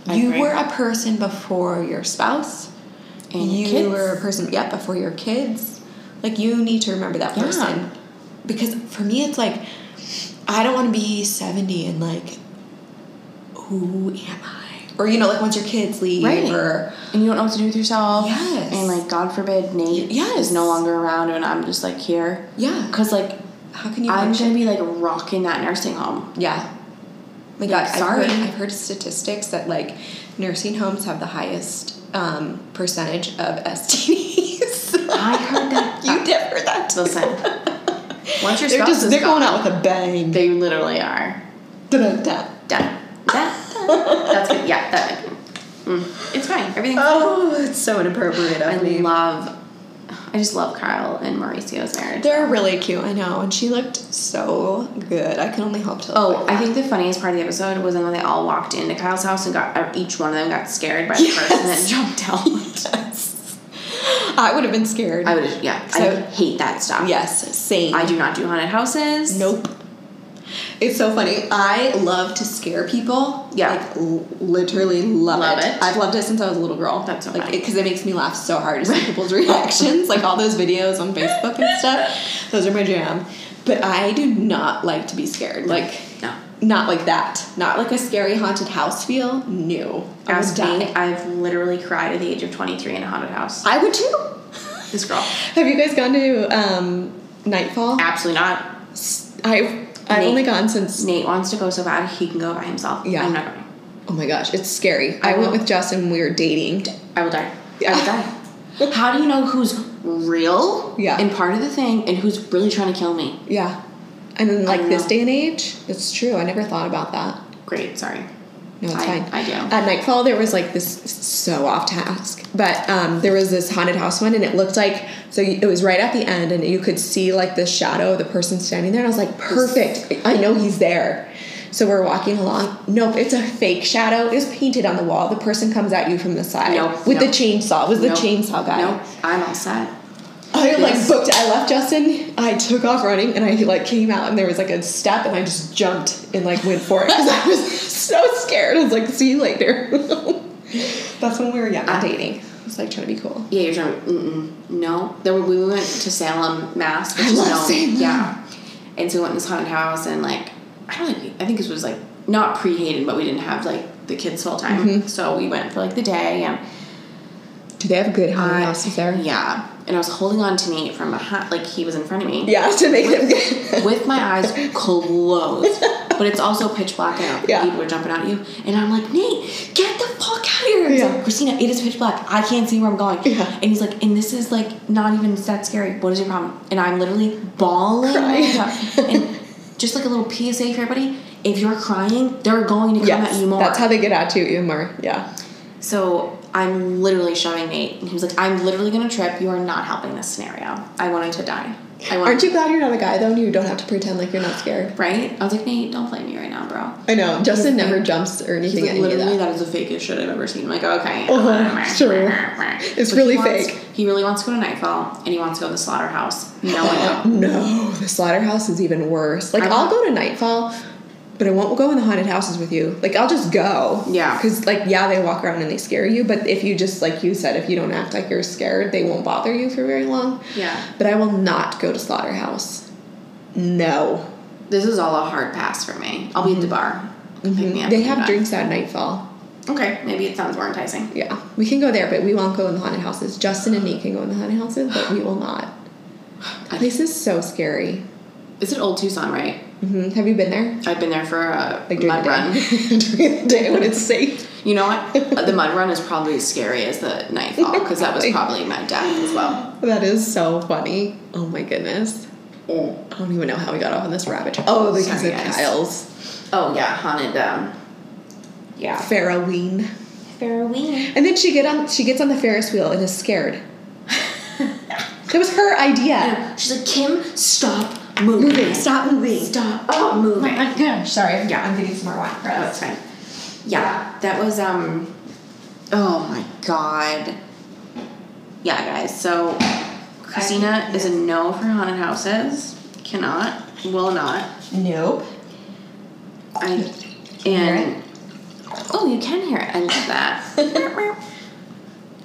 Speaker 2: I
Speaker 1: you
Speaker 2: agree.
Speaker 1: were a person before your spouse.
Speaker 2: And
Speaker 1: you
Speaker 2: your kids.
Speaker 1: were a person, yeah, before your kids. Like you need to remember that
Speaker 2: Yeah.
Speaker 1: person. Because for me it's like I don't want to be 70 and like who am I? Or you know, like once your kids leave
Speaker 2: Right.
Speaker 1: or
Speaker 2: and you don't know what to do with yourself.
Speaker 1: Yes.
Speaker 2: and like God forbid Nate
Speaker 1: Yes.
Speaker 2: is no longer around, and I'm just like here
Speaker 1: yeah,
Speaker 2: because like
Speaker 1: how can you
Speaker 2: I'm
Speaker 1: function?
Speaker 2: gonna be like rocking that nursing home.
Speaker 1: Yeah. Like,
Speaker 2: Yeah,
Speaker 1: like
Speaker 2: sorry.
Speaker 1: I've heard, I've heard statistics that like nursing homes have the highest um, percentage of <laughs> STDs.
Speaker 2: I heard that.
Speaker 1: <laughs> you did heard that. too. <laughs>
Speaker 2: Listen, once your
Speaker 1: They're
Speaker 2: spouse
Speaker 1: just
Speaker 2: is
Speaker 1: they're
Speaker 2: gone,
Speaker 1: going out with a bang.
Speaker 2: they literally are
Speaker 1: Da-da-da.
Speaker 2: done. That,
Speaker 1: <laughs>
Speaker 2: that's good. Yeah, that. Mm, it's fine. Everything's
Speaker 1: Oh, it's so inappropriate
Speaker 2: I
Speaker 1: of me.
Speaker 2: love, I just love Kyle and Mauricio's marriage.
Speaker 1: They're really cute, I know, and she looked so good. I can only hope to.
Speaker 2: oh, I think the funniest part of the episode was when they all walked into Kyle's house and got uh, each one of them got scared by the person
Speaker 1: Yes.
Speaker 2: that jumped out.
Speaker 1: <laughs> yes. I would have been scared.
Speaker 2: I would, yeah, I
Speaker 1: So-
Speaker 2: hate that stuff.
Speaker 1: yes, same.
Speaker 2: I do not do haunted houses.
Speaker 1: Nope. It's so funny. I love to scare people.
Speaker 2: Yeah.
Speaker 1: Like, l- literally love,
Speaker 2: Love
Speaker 1: it.
Speaker 2: it.
Speaker 1: I've loved it since I was a little girl.
Speaker 2: That's so
Speaker 1: like,
Speaker 2: funny.
Speaker 1: Because it, makes me laugh so hard to see people's <laughs> reactions. Like, all those videos on Facebook and stuff. Those are my jam. But I do not like to be scared. Like,
Speaker 2: no.
Speaker 1: not like that. Not like a scary haunted house feel. No. I would
Speaker 2: Ask me.
Speaker 1: die.
Speaker 2: I've literally cried at the age of 23 in a haunted house.
Speaker 1: I would too. <laughs>
Speaker 2: This girl,
Speaker 1: Have you guys gone to um, Nightfall?
Speaker 2: absolutely not.
Speaker 1: S- I've, I've
Speaker 2: Nate.
Speaker 1: only gone since
Speaker 2: Nate wants to go so bad he can go by himself.
Speaker 1: Yeah.
Speaker 2: I'm not going.
Speaker 1: Oh my gosh, it's scary. I went with Justin when we were dating.
Speaker 2: I will die.
Speaker 1: Yeah.
Speaker 2: I will
Speaker 1: <laughs>
Speaker 2: die. How do you know who's real
Speaker 1: Yeah.
Speaker 2: and part of the thing and who's really trying to kill me?
Speaker 1: Yeah. And then like
Speaker 2: I
Speaker 1: this
Speaker 2: know.
Speaker 1: day and age, it's true. I never thought about that.
Speaker 2: Great, sorry.
Speaker 1: No, it's
Speaker 2: I-
Speaker 1: fine.
Speaker 2: I do.
Speaker 1: At Nightfall, there was like this so off task, but um, there was this haunted house one, and it looked like so you- it was right at the end, and you could see like the shadow of the person standing there, and I was like, perfect, I know he's there. So we're walking along. Nope, it's a fake shadow. It was painted on the wall. The person comes at you from the side
Speaker 2: Nope,
Speaker 1: with
Speaker 2: nope.
Speaker 1: the chainsaw. It was the
Speaker 2: Nope.
Speaker 1: chainsaw guy.
Speaker 2: Nope. I'm all set.
Speaker 1: I like
Speaker 2: Yes.
Speaker 1: booked. I left Justin. I took off running, and I like came out, and there was like a step, and I just jumped and like went for it because I was <laughs> so scared. I was like, "See you later." <laughs> That's when we were young,
Speaker 2: Ah.
Speaker 1: and dating. I was like trying to be cool.
Speaker 2: Yeah, you're trying. Mm-mm, no, there were, we went to Salem, Mass. Which
Speaker 1: I
Speaker 2: is
Speaker 1: love
Speaker 2: known,
Speaker 1: Salem.
Speaker 2: Yeah, and so we went in this haunted house, and like I don't think I think this was like not pre-hated, but we didn't have like the kids full time,
Speaker 1: Mm-hmm.
Speaker 2: so we went for like the day, and
Speaker 1: Do they have good haunted
Speaker 2: I-
Speaker 1: houses there?
Speaker 2: Yeah, and I was holding on to Nate from behind, like he was in front of me.
Speaker 1: Yeah, to make them <laughs> good.
Speaker 2: with my eyes
Speaker 1: <laughs>
Speaker 2: closed. But it's also pitch black out.
Speaker 1: Yeah.
Speaker 2: People are jumping out at you. And I'm like, Nate, get the fuck out of here. He's
Speaker 1: Yeah.
Speaker 2: like, Christina, it is pitch black. I can't see where I'm going.
Speaker 1: Yeah.
Speaker 2: And he's like, and this is like not even that scary. What is your problem? And I'm literally bawling. my
Speaker 1: Crying.
Speaker 2: eyes
Speaker 1: <laughs>
Speaker 2: out. and just like a little PSA for everybody, if you're crying, they're going to come
Speaker 1: yes,
Speaker 2: at you more.
Speaker 1: that's how they get at you even more. Yeah,
Speaker 2: so I'm literally shoving Nate. And he was like, I'm literally going to trip. You are not helping this scenario. I wanted to die. I wanted
Speaker 1: aren't you glad you're not a guy though, and you don't have to pretend like you're not scared?
Speaker 2: Right? I was like, Nate, don't play me right now, bro.
Speaker 1: I know Justin never jumps or anything at
Speaker 2: He's like,
Speaker 1: any of
Speaker 2: literally,
Speaker 1: that.
Speaker 2: that is the fakest shit I've ever seen. I'm like, okay, <laughs>
Speaker 1: Uh-huh, sure. It's really
Speaker 2: he wants-
Speaker 1: fake.
Speaker 2: He really wants to go to Nightfall, and he wants to go to the slaughterhouse.
Speaker 1: <laughs>
Speaker 2: No, I know.
Speaker 1: No, the slaughterhouse is even worse. Like
Speaker 2: I know.
Speaker 1: I'll go to Nightfall, but I won't go in the haunted houses with you. Like I'll just go.
Speaker 2: Yeah.
Speaker 1: Because like yeah, they walk around and they scare you, but if you just like you said, if you don't act like you're scared, they won't bother you for very long.
Speaker 2: Yeah.
Speaker 1: But I will not go to slaughterhouse. No.
Speaker 2: This is all a hard pass for me. I'll be at the bar. Pick me up
Speaker 1: Mm-hmm. They
Speaker 2: and
Speaker 1: have
Speaker 2: back.
Speaker 1: drinks at Nightfall.
Speaker 2: Okay, maybe it sounds more enticing.
Speaker 1: Yeah, we can go there, but we won't go in the haunted houses. Justin and Nate can go in the haunted houses, but we will
Speaker 2: <sighs>
Speaker 1: not. The place is so scary.
Speaker 2: Is it Old Tucson, right?
Speaker 1: hmm Have you been there?
Speaker 2: I've been there for a
Speaker 1: Like during
Speaker 2: mud
Speaker 1: the
Speaker 2: run.
Speaker 1: day. <laughs> during the day when it's safe.
Speaker 2: You know what? Uh, the mud run is probably as scary as the Nightfall because <laughs> that was probably my death as well.
Speaker 1: That is so funny. Oh my goodness. I don't even know how we got off on this rabbit trail. Oh, because
Speaker 2: Mm. Sorry,
Speaker 1: of
Speaker 2: guys.
Speaker 1: Kyle's
Speaker 2: Oh yeah, haunted. Um, yeah.
Speaker 1: Farrowween.
Speaker 3: For a week.
Speaker 1: And then she get on she gets on the Ferris wheel and is
Speaker 2: <laughs>
Speaker 1: scared. that was her idea.
Speaker 2: She's like, Kim, stop moving.
Speaker 1: Moving, stop moving.
Speaker 2: Stop moving.
Speaker 1: gosh. Sorry, yeah, I'm getting some more wine for
Speaker 2: Oh, it's fine. Yeah, that was um. Oh my god. Yeah, guys. So, Christina is a no for haunted houses. Cannot. Will not. <laughs>
Speaker 1: Nope.
Speaker 2: I.
Speaker 1: hear
Speaker 2: And. Oh, you can hear it. I love <laughs> that.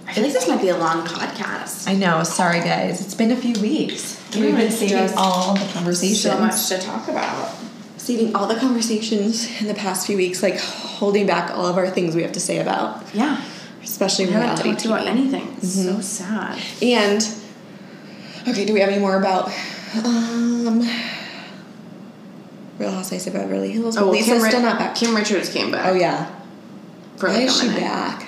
Speaker 2: I feel like this might be a long podcast.
Speaker 1: I know, sorry guys. It's been a few weeks.
Speaker 2: We've been saving
Speaker 1: all the conversations.
Speaker 2: So much to talk about.
Speaker 1: saving all the conversations in the past few weeks, like holding back all of our things we have to say about,
Speaker 2: Yeah.
Speaker 1: especially
Speaker 2: We haven't
Speaker 1: reality
Speaker 2: talked about
Speaker 1: TV.
Speaker 2: anything. It's
Speaker 1: Mm-hmm.
Speaker 2: So sad.
Speaker 1: And okay, do we have any more about um Real Housewives of Beverly Hills? Oh,
Speaker 2: well,
Speaker 1: Lisa's
Speaker 2: Ri-
Speaker 1: still not back.
Speaker 2: Kim Richards came back.
Speaker 1: oh yeah,
Speaker 2: For
Speaker 1: why
Speaker 2: like
Speaker 1: is
Speaker 2: a
Speaker 1: she
Speaker 2: minute.
Speaker 1: back?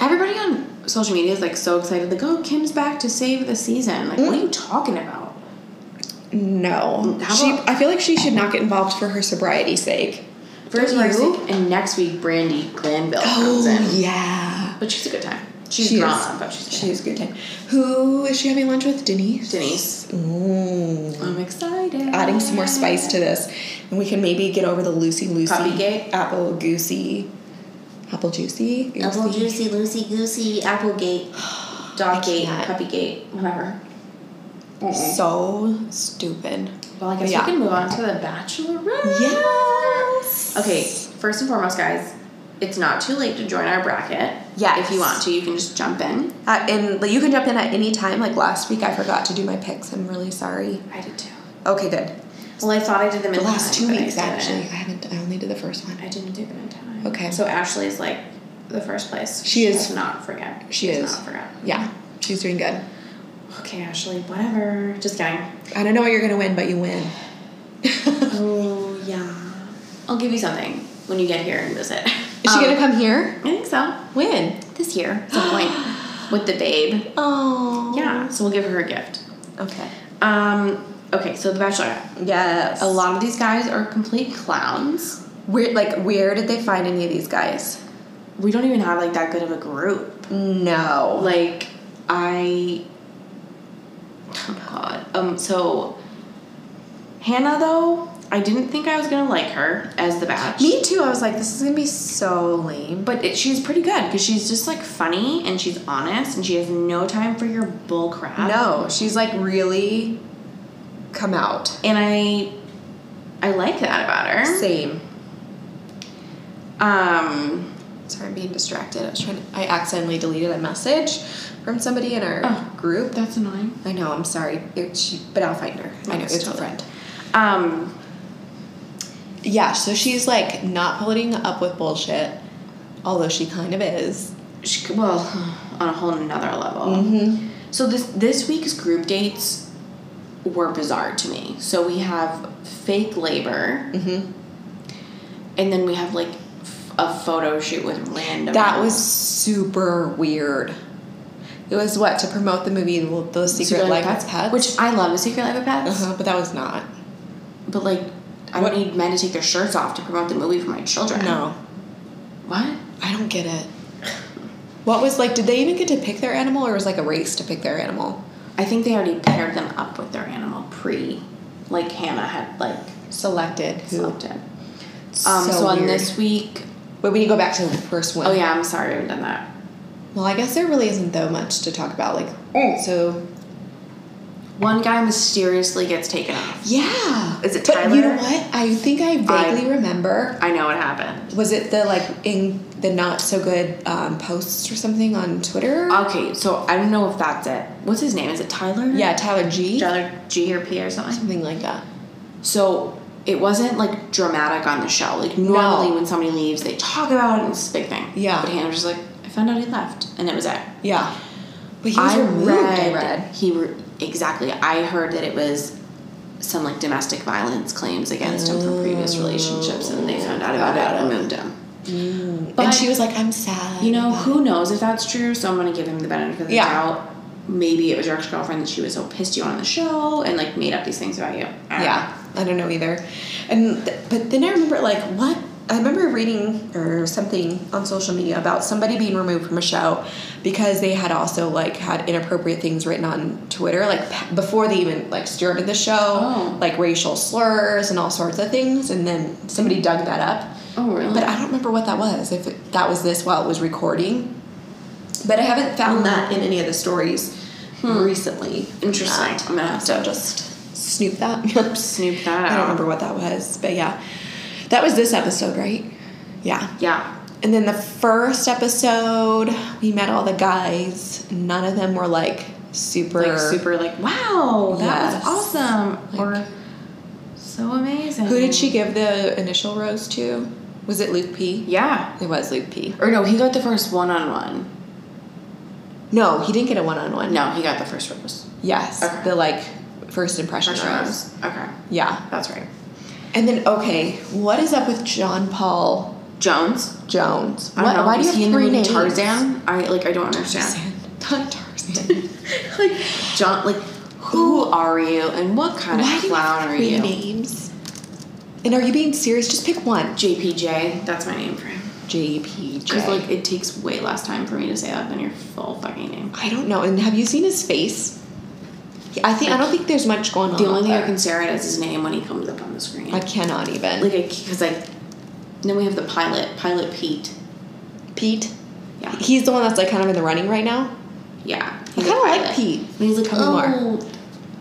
Speaker 2: Everybody on social media is like so excited, like, oh, Kim's back to save the season. Like, what are you
Speaker 1: Mm.
Speaker 2: talking about?
Speaker 1: No,
Speaker 2: How
Speaker 1: she.
Speaker 2: about-
Speaker 1: I feel like she should not get involved for her sobriety's sake.
Speaker 2: First
Speaker 1: Don't
Speaker 2: week's
Speaker 1: you?
Speaker 2: sick, and next week Brandy Glanville comes
Speaker 1: Oh
Speaker 2: in.
Speaker 1: yeah,
Speaker 2: But she's a good time. She's
Speaker 1: She
Speaker 2: drama,
Speaker 1: is.
Speaker 2: but she's good.
Speaker 1: she is a good time. Who is she having lunch with? Denise.
Speaker 2: Denise.
Speaker 1: Ooh.
Speaker 2: I'm excited.
Speaker 1: Adding some more spice to this, and we can maybe get over the loosey
Speaker 2: Puppy
Speaker 1: loosey
Speaker 2: gate?
Speaker 1: apple goosey, apple juicy,
Speaker 2: Apple
Speaker 1: goosey.
Speaker 2: juicy, loosey goosey, Applegate, Doggate,
Speaker 1: can't.
Speaker 2: Puppygate, whatever. So,
Speaker 1: So stupid.
Speaker 2: well, I guess
Speaker 1: yeah.
Speaker 2: we can move on to the Bachelorette.
Speaker 1: Yes.
Speaker 2: Okay, first and foremost, guys, it's not too late to join our bracket.
Speaker 1: Yes.
Speaker 2: If you want to, you can just jump in.
Speaker 1: Uh, and like, you can jump in at any time. Like last week, I forgot to do my picks. I'm really sorry.
Speaker 2: I did too.
Speaker 1: Okay, good.
Speaker 2: Well, I thought I did them in
Speaker 1: The last
Speaker 2: time,
Speaker 1: two
Speaker 2: but I
Speaker 1: weeks,
Speaker 2: didn't.
Speaker 1: actually, I haven't. I only did the first one.
Speaker 2: I didn't do them in time.
Speaker 1: Okay.
Speaker 2: So Ashley's like the first place.
Speaker 1: She is-
Speaker 2: Does not forget.
Speaker 1: she
Speaker 2: does
Speaker 1: is.
Speaker 2: not forget.
Speaker 1: Yeah, she's doing good.
Speaker 2: Okay, Ashley. Whatever. Just kidding.
Speaker 1: I don't know what you're gonna win, but you win. <laughs> Is
Speaker 2: Oh yeah. I'll give you something when you get here and
Speaker 1: <laughs>
Speaker 2: visit.
Speaker 1: she
Speaker 2: Um,
Speaker 1: gonna come here?
Speaker 2: I think so.
Speaker 1: Win.
Speaker 2: This year, at
Speaker 1: <gasps>
Speaker 2: some point, with the babe.
Speaker 1: Oh.
Speaker 2: Yeah. So we'll give her a gift.
Speaker 1: Okay.
Speaker 2: Um. Okay. So the Bachelorette.
Speaker 1: Yes.
Speaker 2: A lot of these guys are complete clowns.
Speaker 1: Where like where did they find any of these guys?
Speaker 2: we don't even have like that good of a group.
Speaker 1: No.
Speaker 2: Like I oh god. Um so Hannah though, I didn't think I was gonna like her as the batch.
Speaker 1: Me too. I was like, this is gonna be so lame.
Speaker 2: But it, she's pretty good because she's just like funny and she's honest and she has no time for your bull crap.
Speaker 1: No, she's like really come out.
Speaker 2: And I I like that about her.
Speaker 1: Same.
Speaker 2: Um
Speaker 1: Sorry, I'm being distracted. I was trying. To, I accidentally deleted a message from somebody in our
Speaker 2: Oh.
Speaker 1: group.
Speaker 2: that's annoying.
Speaker 1: I know. I'm sorry. It, she, but I'll find her. I know
Speaker 2: It's
Speaker 1: it's a
Speaker 2: totally-
Speaker 1: friend.
Speaker 2: Um
Speaker 1: Yeah. So she's like not putting up with bullshit, although she kind of is.
Speaker 2: she, well, <sighs> on a whole another level.
Speaker 1: Mm-hmm.
Speaker 2: So this this week's group dates were bizarre to me. So we have fake labor,
Speaker 1: Mm-hmm.
Speaker 2: and then we have like f- a photo shoot with random.
Speaker 1: That was super weird. It was what to promote the movie The The Secret, Life of Pets,
Speaker 2: which I love a secret life of pets,
Speaker 1: uh-huh, but that was not.
Speaker 2: but like I
Speaker 1: What-
Speaker 2: don't need men to take their shirts off to promote the movie for my children.
Speaker 1: No,
Speaker 2: what?
Speaker 1: I don't get it. What was like? Did they even get to pick their animal, or was like a race to pick their animal?
Speaker 2: I think they already paired them up with their animal pre, like Hannah had like
Speaker 1: Selected who?
Speaker 2: selected. Um, so on
Speaker 1: weird.
Speaker 2: this week,
Speaker 1: But we need to go back to the first one.
Speaker 2: oh yeah, I'm sorry I haven't done that.
Speaker 1: Well, I guess there really isn't though much to talk about. Like,
Speaker 2: Mm.
Speaker 1: so
Speaker 2: One guy mysteriously gets taken off.
Speaker 1: yeah.
Speaker 2: Is it
Speaker 1: but you know
Speaker 2: Tyler?
Speaker 1: what? I think I vaguely remember.
Speaker 2: I know what happened.
Speaker 1: Was it the like in the not so good um, posts or something on Twitter?
Speaker 2: Okay, so I don't know if that's it. What's his name? Is it Tyler?
Speaker 1: yeah, Tyler G.
Speaker 2: Tyler G or P or something.
Speaker 1: Something like that.
Speaker 2: So it wasn't like dramatic on the show. Like normally when somebody leaves, they talk about it and it's a big thing.
Speaker 1: Yeah.
Speaker 2: But Hannah was just like, I found out he left, and it was it.
Speaker 1: Yeah. But he was
Speaker 2: I
Speaker 1: removed.
Speaker 2: read,
Speaker 1: I read.
Speaker 2: he re- exactly. I heard that it was some like domestic violence claims against him from previous relationships, and they found out about it and removed him. But-
Speaker 1: and she was like, "I'm sad."
Speaker 2: You know,
Speaker 1: about
Speaker 2: who knows if that's true, so I'm gonna give him the benefit of the
Speaker 1: Yeah.
Speaker 2: doubt. Maybe it was your ex girlfriend that she was so pissed you on the show and like made up these things about you. I don't
Speaker 1: Yeah, I don't know either. And th- but then I remember like what I remember reading or something on social media about somebody being removed from a show because they had also like had inappropriate things written on Twitter like p- before they even like started the show,
Speaker 2: Oh.
Speaker 1: like racial slurs and all sorts of things and then somebody dug that up.
Speaker 2: know. Oh, really?
Speaker 1: But I don't remember what that was if it, that was this while it was recording. But I haven't found that in any of the stories recently.
Speaker 2: Hmm. Interesting.
Speaker 1: Uh,
Speaker 2: I'm gonna have
Speaker 1: so
Speaker 2: to
Speaker 1: just snoop that. <laughs>
Speaker 2: snoop that out.
Speaker 1: I don't remember what that was, but yeah. That was this episode, right? Yeah.
Speaker 2: Yeah.
Speaker 1: And then the first episode, we met all the guys. None of them were like super.
Speaker 2: Like super, like wow, that
Speaker 1: Yes.
Speaker 2: was awesome,
Speaker 1: Like-
Speaker 2: or so amazing.
Speaker 1: Who did she give the initial rose to? Was it Luke P?
Speaker 2: Yeah.
Speaker 1: It was Luke P.
Speaker 2: Or no, he got the first one on one.
Speaker 1: No, he didn't get a one on one.
Speaker 2: No, he got the first rose.
Speaker 1: Yes.
Speaker 2: Okay.
Speaker 1: The like first impression
Speaker 2: First
Speaker 1: rose.
Speaker 2: rose. Okay,
Speaker 1: Yeah.
Speaker 2: that's right.
Speaker 1: And then, okay, what is up with John Paul
Speaker 2: Jones.
Speaker 1: Jones?
Speaker 2: I don't
Speaker 1: What-
Speaker 2: know.
Speaker 1: why do
Speaker 2: was
Speaker 1: you have
Speaker 2: he in the
Speaker 1: three
Speaker 2: movie
Speaker 1: names?
Speaker 2: Tarzan? I like. I don't understand.
Speaker 1: Tarzan. <laughs> Not
Speaker 2: <laughs>
Speaker 1: Tarzan.
Speaker 2: like John, like who are you and what kind
Speaker 1: Why
Speaker 2: of
Speaker 1: do you
Speaker 2: clown
Speaker 1: have
Speaker 2: are
Speaker 1: three
Speaker 2: you?
Speaker 1: names? And are you being serious? Just pick one.
Speaker 2: JPJ, that's my name for him. Because
Speaker 1: JPJ.
Speaker 2: like it takes way less time for me to say that than your full fucking name.
Speaker 1: I don't know. And have you seen his face? Yeah, I think I don't think there's much going on.
Speaker 2: The only
Speaker 1: up
Speaker 2: thing I
Speaker 1: there.
Speaker 2: can stare at is his name when he comes up on the screen.
Speaker 1: I cannot even.
Speaker 2: like I because like then we have the pilot, pilot Pete.
Speaker 1: Pete.
Speaker 2: Yeah,
Speaker 1: He's the one that's like kind of in the running right now.
Speaker 2: yeah.
Speaker 1: I
Speaker 2: he's a
Speaker 1: kind of like
Speaker 2: pilot.
Speaker 1: Pete.
Speaker 2: And he's like,
Speaker 1: Tell me
Speaker 2: oh,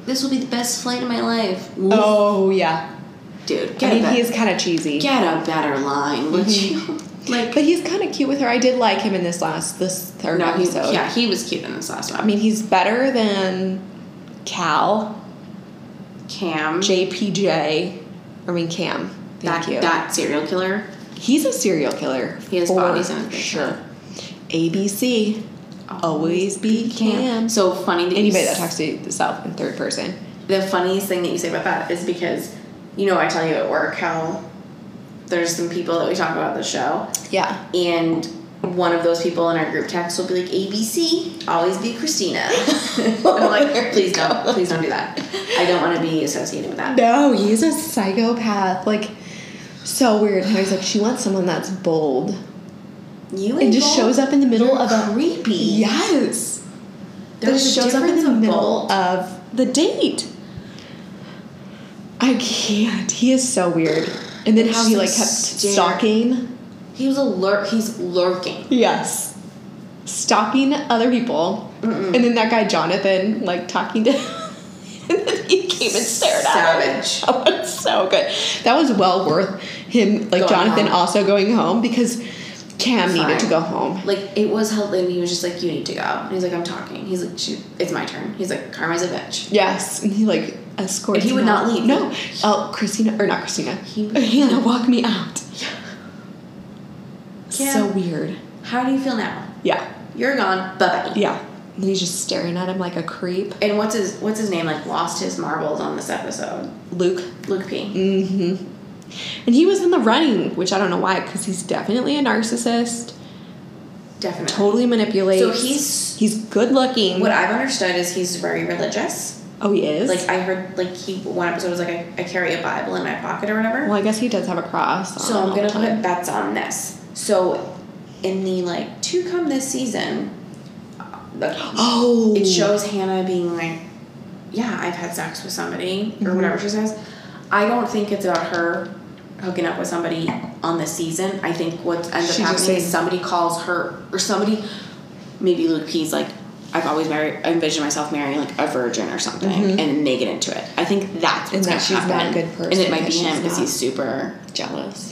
Speaker 2: this will be the best flight of my life.
Speaker 1: Oh yeah.
Speaker 2: dude, get
Speaker 1: I
Speaker 2: a
Speaker 1: mean,
Speaker 2: bet-
Speaker 1: he's kind of cheesy.
Speaker 2: get a better line, would you? <laughs> Like,
Speaker 1: But he's kind of cute with her. I did like him in this last this third
Speaker 2: no, he's,
Speaker 1: episode.
Speaker 2: yeah, he was cute in this last one.
Speaker 1: I mean, he's better than Cal,
Speaker 2: Cam,
Speaker 1: JPJ. I mean Cam. Thank
Speaker 2: that,
Speaker 1: you.
Speaker 2: that serial killer.
Speaker 1: He's a serial killer.
Speaker 2: He has
Speaker 1: for
Speaker 2: bodies in his basement.
Speaker 1: Sure. ABC. Always be Cam. So
Speaker 2: So funny that
Speaker 1: anybody
Speaker 2: you,
Speaker 1: that
Speaker 2: s-
Speaker 1: talks to yourself in third person.
Speaker 2: The funniest thing that you say about that is because, you know, I tell you at work how there's some people that we talk about the show,
Speaker 1: Yeah.
Speaker 2: and one of those people in our group text will be like, ABC, always be Christina. <laughs> and
Speaker 1: <laughs>
Speaker 2: I'm
Speaker 1: There you
Speaker 2: like, please don't,
Speaker 1: go."
Speaker 2: please don't do that. I don't want to be associated with that.
Speaker 1: No, he's a psychopath. Like So weird. Henry's like, she wants someone that's bold.
Speaker 2: You
Speaker 1: It just shows up in the middle of a
Speaker 2: creepy.
Speaker 1: Yes. It
Speaker 2: There's
Speaker 1: just
Speaker 2: a
Speaker 1: shows up in
Speaker 2: difference
Speaker 1: the
Speaker 2: of
Speaker 1: middle
Speaker 2: bold.
Speaker 1: of the date. I can't. He is so weird. And then how he
Speaker 2: Just,
Speaker 1: like
Speaker 2: like,
Speaker 1: kept
Speaker 2: stare.
Speaker 1: stalking.
Speaker 2: He was a lurk. He's lurking.
Speaker 1: Yes. Stalking other people.
Speaker 2: Mm-mm.
Speaker 1: And then that guy Jonathan, like talking to <laughs> and then he came and stared at him. <laughs>
Speaker 2: Savage.
Speaker 1: That was so good. That was well worth him like
Speaker 2: Going
Speaker 1: Jonathan
Speaker 2: home.
Speaker 1: also going home because Cam
Speaker 2: Fine.
Speaker 1: needed to go home.
Speaker 2: Like it was held, and he was just like, "You need to go." And he's like, "I'm talking." He's like, "She, it's my turn." He's like, "Karma's a bitch."
Speaker 1: Yes. And he like escorted.
Speaker 2: And he would not leave.
Speaker 1: No. Oh Christina or not Christina.
Speaker 2: He-
Speaker 1: <laughs> Hannah, walk me out. So
Speaker 2: Cam.
Speaker 1: weird.
Speaker 2: How do you feel now?
Speaker 1: Yeah.
Speaker 2: You're gone. Bye bye.
Speaker 1: Yeah. And he's just staring at him like a creep.
Speaker 2: And what's his what's his name? Like lost his marbles on this episode.
Speaker 1: Luke
Speaker 2: Luke P.
Speaker 1: hmm And he was in the running, which I don't know why, because he's definitely a narcissist.
Speaker 2: Definitely.
Speaker 1: Totally manipulates.
Speaker 2: So he's-
Speaker 1: he's good looking.
Speaker 2: What I've understood is he's very religious.
Speaker 1: oh, he is.
Speaker 2: Like I heard, like he one episode was like I, I carry a Bible in my pocket or whatever.
Speaker 1: well, I guess he does have a cross. on
Speaker 2: so I'm
Speaker 1: all the
Speaker 2: gonna
Speaker 1: time.
Speaker 2: put bets on this. So in the like to come this season, uh, the-
Speaker 1: Oh,
Speaker 2: it shows Hannah being like, yeah, I've had sex with somebody or
Speaker 1: Mhm.
Speaker 2: whatever she says. I don't think it's about her hooking up with somebody on the season. I think what ends
Speaker 1: She's
Speaker 2: up
Speaker 1: just
Speaker 2: happening is
Speaker 1: saying-
Speaker 2: somebody calls her or somebody, maybe Luke P's like, I've always married, I envision myself marrying like a virgin or something, and they get into it. I think that's
Speaker 1: Mm-hmm. And
Speaker 2: what's
Speaker 1: that
Speaker 2: gonna
Speaker 1: she's not a
Speaker 2: happen.
Speaker 1: good
Speaker 2: and
Speaker 1: person
Speaker 2: it might be
Speaker 1: because
Speaker 2: him
Speaker 1: she's
Speaker 2: because
Speaker 1: not.
Speaker 2: he's super.
Speaker 1: jealous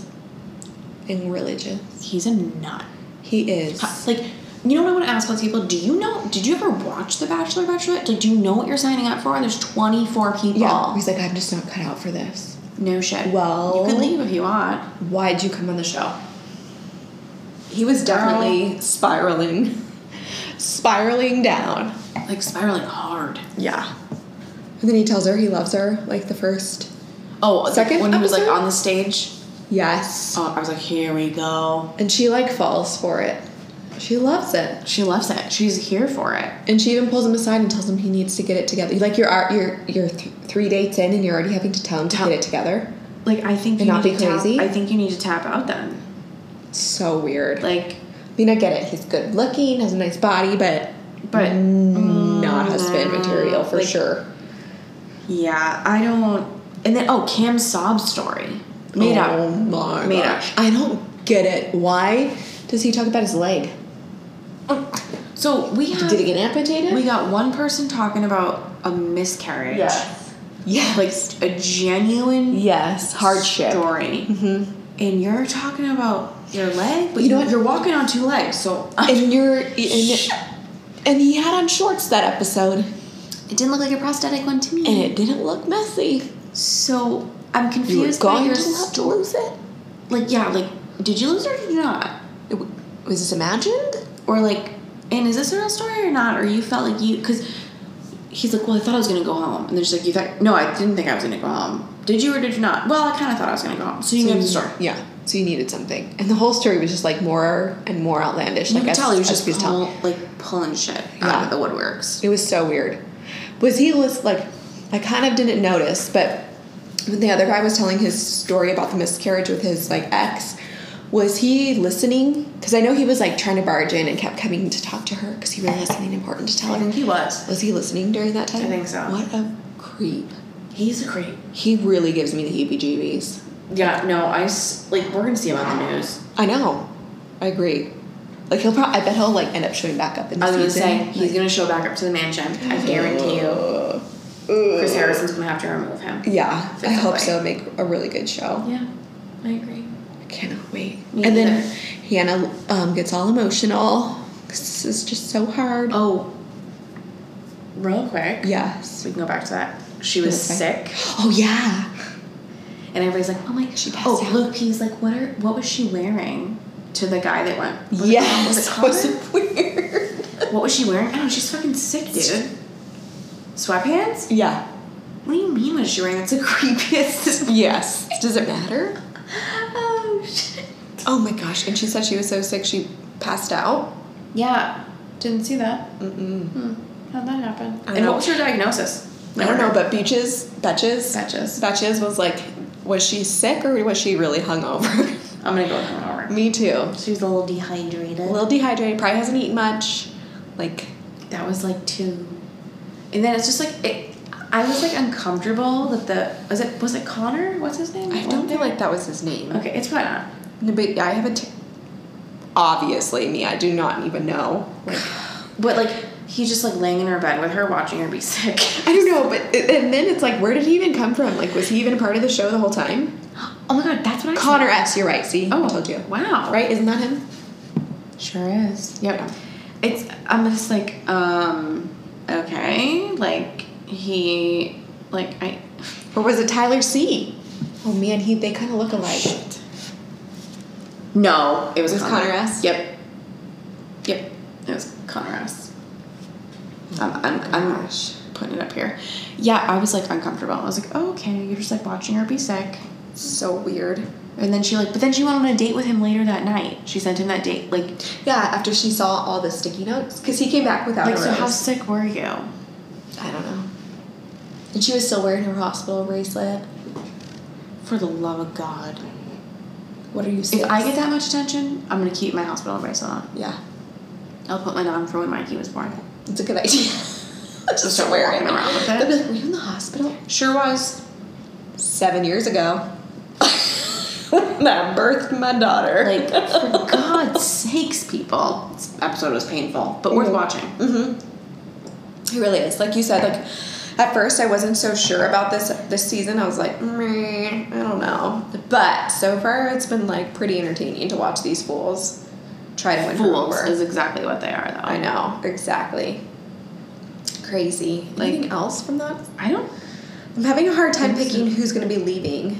Speaker 1: and religious.
Speaker 2: He's a nut.
Speaker 1: He is.
Speaker 2: Like, you know what I want to ask most people? Do you know? Did you ever watch The Bachelor, Bachelorette? Like, do you know what you're signing up for? There's 24 people.
Speaker 1: yeah, he's like, I'm just not cut out for this.
Speaker 2: no shit.
Speaker 1: Well-
Speaker 2: you could leave if you want.
Speaker 1: Why'd you come on the show? He was
Speaker 2: Um,
Speaker 1: definitely spiraling, spiraling down.
Speaker 2: Like spiraling hard.
Speaker 1: Yeah. And then he tells her he loves her, like the first.
Speaker 2: Oh, the-
Speaker 1: Second
Speaker 2: when he was like
Speaker 1: episode?
Speaker 2: on the stage.
Speaker 1: Yes.
Speaker 2: Oh, I was like, here we go.
Speaker 1: And she like falls for it. She loves it.
Speaker 2: She loves it. She's here for it.
Speaker 1: And she even pulls him aside and tells him he needs to get it together. Like you're out- you're you're th- three dates in and you're already having to tell him to
Speaker 2: Tell-
Speaker 1: get it together.
Speaker 2: Like I think
Speaker 1: And
Speaker 2: you
Speaker 1: not
Speaker 2: need
Speaker 1: be
Speaker 2: to tap-
Speaker 1: crazy?
Speaker 2: I think you need to tap out then.
Speaker 1: So weird. Like,
Speaker 2: Like,
Speaker 1: I mean, I get it. He's good looking, has a nice body, but
Speaker 2: But-
Speaker 1: Mm. not husband material for
Speaker 2: Mm, like-
Speaker 1: sure.
Speaker 2: yeah, I don't. And then oh, Cam's sob story. Made up.
Speaker 1: Oh my
Speaker 2: Made
Speaker 1: gosh. I don't get it. Why does he talk about his leg?
Speaker 2: up. So we have.
Speaker 1: Did it get amputated?
Speaker 2: We got one person talking about a miscarriage.
Speaker 1: Yes.
Speaker 2: Like a genuine
Speaker 1: yes. Hardship.
Speaker 2: story.
Speaker 1: Mhm.
Speaker 2: And you're talking about your leg, but
Speaker 1: You
Speaker 2: you
Speaker 1: know
Speaker 2: know
Speaker 1: what?
Speaker 2: You're walking on two legs, so
Speaker 1: And you're and, and he had on shorts that episode.
Speaker 2: it didn't look like a prosthetic one to me.
Speaker 1: and it didn't look messy.
Speaker 2: so I'm
Speaker 1: You were
Speaker 2: confused by
Speaker 1: going
Speaker 2: your
Speaker 1: to have to
Speaker 2: story.
Speaker 1: lose it.
Speaker 2: Like yeah, like did you lose it or did you not?
Speaker 1: It w- Was this imagined?
Speaker 2: Or like, and is this a real story or not? Or you felt like you because he's like, well, I thought I was gonna go home, and they're just like, you thought? No, I didn't think I was gonna go home. Did you or did you not? Well, I kind of thought I was gonna go home. So you made the story.
Speaker 1: Yeah. So you needed something, and the whole story was just like more and more outlandish.
Speaker 2: You
Speaker 1: like
Speaker 2: could
Speaker 1: as-
Speaker 2: tell he was
Speaker 1: as
Speaker 2: just
Speaker 1: he telling-
Speaker 2: pull, like pulling shit
Speaker 1: Yeah.
Speaker 2: out of the woodworks.
Speaker 1: It was so weird. Was he list like? I kind of didn't notice, but when the other guy was telling his story about the miscarriage with his like ex, was he listening? Because I know he was like trying to barge in and kept coming to talk to her because he really had something important to tell her.
Speaker 2: I think he was.
Speaker 1: Was he listening during that time?
Speaker 2: I think so.
Speaker 1: What a creep.
Speaker 2: He's a creep.
Speaker 1: He really gives me the heebie-jeebies.
Speaker 2: Yeah, no, I s- like we're gonna see him on the news.
Speaker 1: I know. I agree. Like he'll probably. I bet he'll like end up showing back up in the
Speaker 2: I was gonna
Speaker 1: season.
Speaker 2: say he's gonna show back up to the mansion. I guarantee you, Chris Harrison's gonna have to remove him.
Speaker 1: Yeah, I
Speaker 2: Fix it
Speaker 1: hope
Speaker 2: away.
Speaker 1: so. Make a really good show.
Speaker 2: Yeah, I agree.
Speaker 1: I cannot wait.
Speaker 2: Me
Speaker 1: and then
Speaker 2: neither.
Speaker 1: Hannah um, gets all emotional. 'cause This is just so hard.
Speaker 2: Oh, real quick,
Speaker 1: Yes.
Speaker 2: we can go back to that. She was
Speaker 1: That's fine.
Speaker 2: sick,
Speaker 1: Oh yeah.
Speaker 2: and everybody's like, "Oh my god,
Speaker 1: She passed
Speaker 2: Oh,
Speaker 1: out.
Speaker 2: Luke, he's like, "What are? What was she wearing?" To the guy that went. Was it-
Speaker 1: yes. <laughs>
Speaker 2: Was <laughs> it Connor?
Speaker 1: it weird?
Speaker 2: What was she wearing? Oh, she's fucking sick, dude. Sweatpants?
Speaker 1: yeah.
Speaker 2: What do you mean? Was she wearing? That's the <laughs> creepiest.
Speaker 1: Yes. Does it matter?
Speaker 2: oh shit.
Speaker 1: Oh my gosh! And she said she was so sick she passed out.
Speaker 2: Yeah. Didn't see that.
Speaker 1: Mm-mm.
Speaker 2: Hmm. How'd that happen?
Speaker 1: I
Speaker 2: and
Speaker 1: know.
Speaker 2: what was your diagnosis?
Speaker 1: I don't know, but beaches, betches,
Speaker 2: Betches.
Speaker 1: Betches was like was she sick or was she really hungover? <laughs>
Speaker 2: I'm gonna go with hungover.
Speaker 1: Me too.
Speaker 3: She was a little dehydrated.
Speaker 1: A little dehydrated, probably hasn't eaten much. Like,
Speaker 2: That was like two, and then it's just like it. I was like uncomfortable that the was it was it Connor? What's his name?
Speaker 1: I don't feel like that was his name.
Speaker 2: Okay, it's probably not.
Speaker 1: No, but I haven't. T- obviously, me. I do not even know. Like,
Speaker 2: But like he's just like laying in her bed with her, watching her be sick. <laughs>
Speaker 1: I don't know. But and then it's like, where did he even come from? Like, was he even a part of the show the whole time?
Speaker 2: Oh my god, that's what I said.
Speaker 1: Connor S. You're right. See,
Speaker 2: Oh,
Speaker 1: I told you.
Speaker 2: Wow.
Speaker 1: Right? Isn't that him?
Speaker 2: Sure is.
Speaker 1: Yep.
Speaker 2: It's I'm just like um okay like he like I
Speaker 1: Or was it Tyler C? Oh man, he they kind of look alike.
Speaker 2: no it was,
Speaker 1: It was Connor S?
Speaker 2: Yep. Yep. It was Connor S. I'm, I'm, I'm putting it up here. Yeah, I was like uncomfortable. I was like, oh, okay, you're just like watching her be sick.
Speaker 1: So weird.
Speaker 2: And then she like, but then she went on a date with him later that night. She sent him that date. Like,
Speaker 1: Yeah, after she saw all the sticky notes, because he came back without
Speaker 2: like
Speaker 1: a
Speaker 2: so how
Speaker 1: rose.
Speaker 2: sick were you?
Speaker 1: I don't know. And she was still wearing her hospital bracelet.
Speaker 2: For the love of God.
Speaker 1: What are you
Speaker 2: If
Speaker 1: saying?
Speaker 2: I get that much attention, I'm gonna keep my hospital bracelet on.
Speaker 1: yeah,
Speaker 2: I'll put mine on for when Mikey was born.
Speaker 1: it's a good idea. <laughs> Just
Speaker 2: start
Speaker 1: wear
Speaker 2: walking
Speaker 1: it.
Speaker 2: around with it.
Speaker 1: They'll be like, were you in the hospital?
Speaker 2: Sure was.
Speaker 1: Seven years ago.
Speaker 2: <laughs>
Speaker 1: when I birthed my daughter. <laughs>
Speaker 2: Like, <laughs> for God's sakes, people. This episode was painful, but worth
Speaker 1: Mhm.
Speaker 2: watching.
Speaker 1: It really is. Like you said, like at first I wasn't so sure about this this season. I was like, Meh, I don't know. But so far it's been like pretty entertaining to watch these fools try to win her
Speaker 2: Fools
Speaker 1: over.
Speaker 2: is exactly what they are, though.
Speaker 1: I know exactly. Crazy.
Speaker 2: Like-
Speaker 1: Anything else from that?
Speaker 2: I don't.
Speaker 1: I'm having a hard time
Speaker 2: Think so.
Speaker 1: picking who's going to be leaving.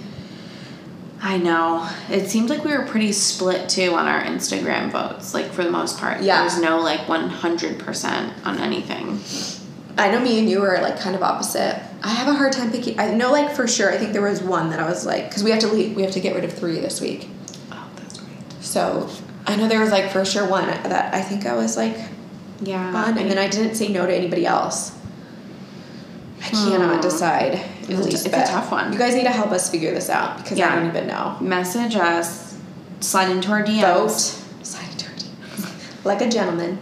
Speaker 2: I know. It seemed like we were pretty split too on our Instagram votes, like for the most part.
Speaker 1: Yeah.
Speaker 2: There was no like 100% on anything.
Speaker 1: I know me and you are like kind of opposite. I have a hard time picking. I know like for sure. I think there was one that I was like, because we have to leave. We have to get rid of three this week.
Speaker 2: Oh, that's great.
Speaker 1: So I know there was like for sure one that I think I was like
Speaker 2: Yeah.
Speaker 1: on, and then I didn't say no to anybody else. I cannot
Speaker 2: Hmm.
Speaker 1: decide.
Speaker 2: It's a- it's a tough one.
Speaker 1: You guys need to help us figure this out because I
Speaker 2: Yeah.
Speaker 1: don't even know.
Speaker 2: message us, slide into our DMs.
Speaker 1: Vote. Side dirty. Like a gentleman.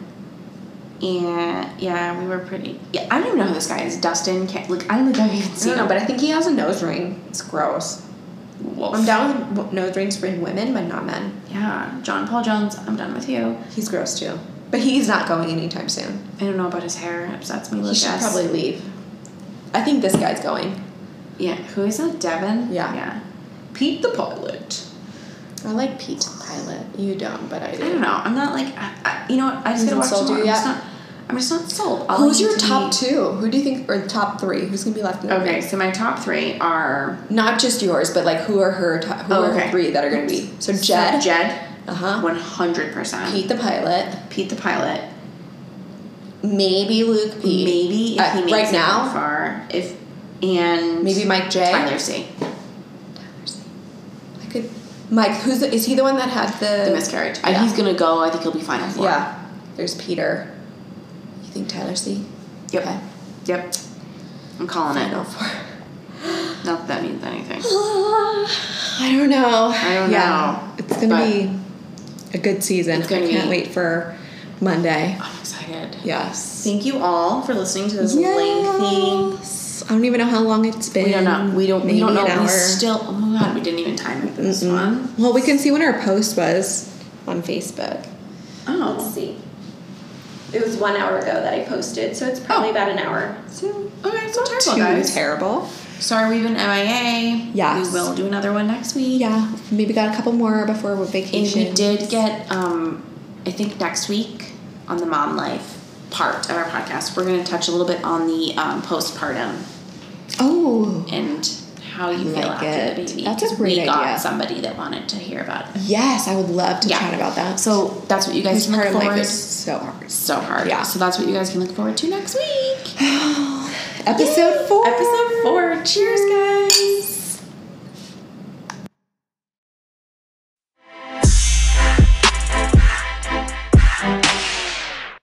Speaker 2: And yeah, we were pretty. Yeah, I don't even know who this guy is. Dustin. Can, like I don't think I've even
Speaker 1: I
Speaker 2: seen
Speaker 1: don't know,
Speaker 2: him.
Speaker 1: but I think he has a nose ring. It's gross.
Speaker 2: Wolf.
Speaker 1: I'm down with w- nose rings for women, but not men.
Speaker 2: Yeah, John Paul Jones. I'm done with you.
Speaker 1: He's gross too. But he's not going anytime soon.
Speaker 2: I don't know about his hair. It upsets me.
Speaker 1: He
Speaker 2: Lucas.
Speaker 1: should probably leave. I think this guy's going.
Speaker 2: Yeah. Who is that? Devin.
Speaker 1: Yeah.
Speaker 2: Yeah.
Speaker 1: Pete the pilot. I like Pete the pilot. You don't, but I
Speaker 2: I don't
Speaker 1: do.
Speaker 2: know. I'm not like. I, I, you know what? I just
Speaker 1: You haven't
Speaker 2: gotta watch some
Speaker 1: sold you
Speaker 2: more. I'm just
Speaker 1: yet?
Speaker 2: not. I'm just not sold. I'll
Speaker 1: Who's
Speaker 2: leave
Speaker 1: your
Speaker 2: to
Speaker 1: top
Speaker 2: be-
Speaker 1: two? Who do you think, or top three? Who's gonna be left? in the
Speaker 2: Okay,
Speaker 1: mix?
Speaker 2: so my top three are.
Speaker 1: Not just yours, but like who are her? Top, who
Speaker 2: Oh,
Speaker 1: are her
Speaker 2: okay.
Speaker 1: three that are gonna be? So Jed.
Speaker 2: Jed.
Speaker 1: Uh huh.
Speaker 2: One hundred percent.
Speaker 1: Pete the pilot.
Speaker 2: Pete the pilot.
Speaker 1: Maybe Luke P.
Speaker 2: Maybe if
Speaker 1: Uh,
Speaker 2: he makes
Speaker 1: right
Speaker 2: it
Speaker 1: now?
Speaker 2: that far. If and
Speaker 1: Maybe Mike J.
Speaker 2: Tyler C.
Speaker 1: I could. Mike, who's the, is he the one that had the?
Speaker 2: The miscarriage. I-
Speaker 1: Yeah.
Speaker 2: he's gonna go. I think he'll be final four.
Speaker 1: Yeah. There's Peter. You think Tyler C?
Speaker 2: Yep.
Speaker 1: Okay.
Speaker 2: Yep. I'm calling
Speaker 1: I know
Speaker 2: it.
Speaker 1: for.
Speaker 2: Not that that means <gasps> anything.
Speaker 1: I don't know.
Speaker 2: I don't
Speaker 1: yeah.
Speaker 2: know,
Speaker 1: It's gonna
Speaker 2: but-
Speaker 1: be a good season.
Speaker 2: It's gonna
Speaker 1: I can't
Speaker 2: be-
Speaker 1: wait for Monday.
Speaker 2: I'm excited.
Speaker 1: Yes.
Speaker 2: Thank you all for listening to this lengthy.
Speaker 1: Yes. I don't even know how long it's been.
Speaker 2: We don't know. We don't.
Speaker 1: Maybe
Speaker 2: we don't know.
Speaker 1: An hour.
Speaker 2: We still. Oh my god. We didn't even time it for this one.
Speaker 1: Well, we can see when our post was on Facebook.
Speaker 2: Oh.
Speaker 1: see. It was one hour ago that I posted, so it's
Speaker 2: probably
Speaker 1: about an hour. So
Speaker 2: Okay. So
Speaker 1: too
Speaker 2: terrible, guys.
Speaker 1: terrible.
Speaker 2: Sorry, we've been MIA.
Speaker 1: Yes.
Speaker 2: We will do another one next week.
Speaker 1: Yeah, maybe got a couple more before we're
Speaker 2: And
Speaker 1: vacation.
Speaker 2: we did get, um, I think next week on the mom life part of our podcast, we're going to touch a little bit on the um, postpartum
Speaker 1: Oh,
Speaker 2: and how you
Speaker 1: I
Speaker 2: feel
Speaker 1: like
Speaker 2: after the
Speaker 1: it.
Speaker 2: baby.
Speaker 1: That's a
Speaker 2: 'cause
Speaker 1: great
Speaker 2: we got
Speaker 1: idea.
Speaker 2: somebody that wanted to hear about it.
Speaker 1: yes, I would love to
Speaker 2: Yeah.
Speaker 1: chat about that.
Speaker 2: So that's what you guys can
Speaker 1: part
Speaker 2: look
Speaker 1: of life
Speaker 2: forward.
Speaker 1: is so hard.
Speaker 2: So hard.
Speaker 1: Yeah.
Speaker 2: So that's what you guys can look forward to next week.
Speaker 1: <gasps> Episode four.
Speaker 2: Episode four. Cheers, guys.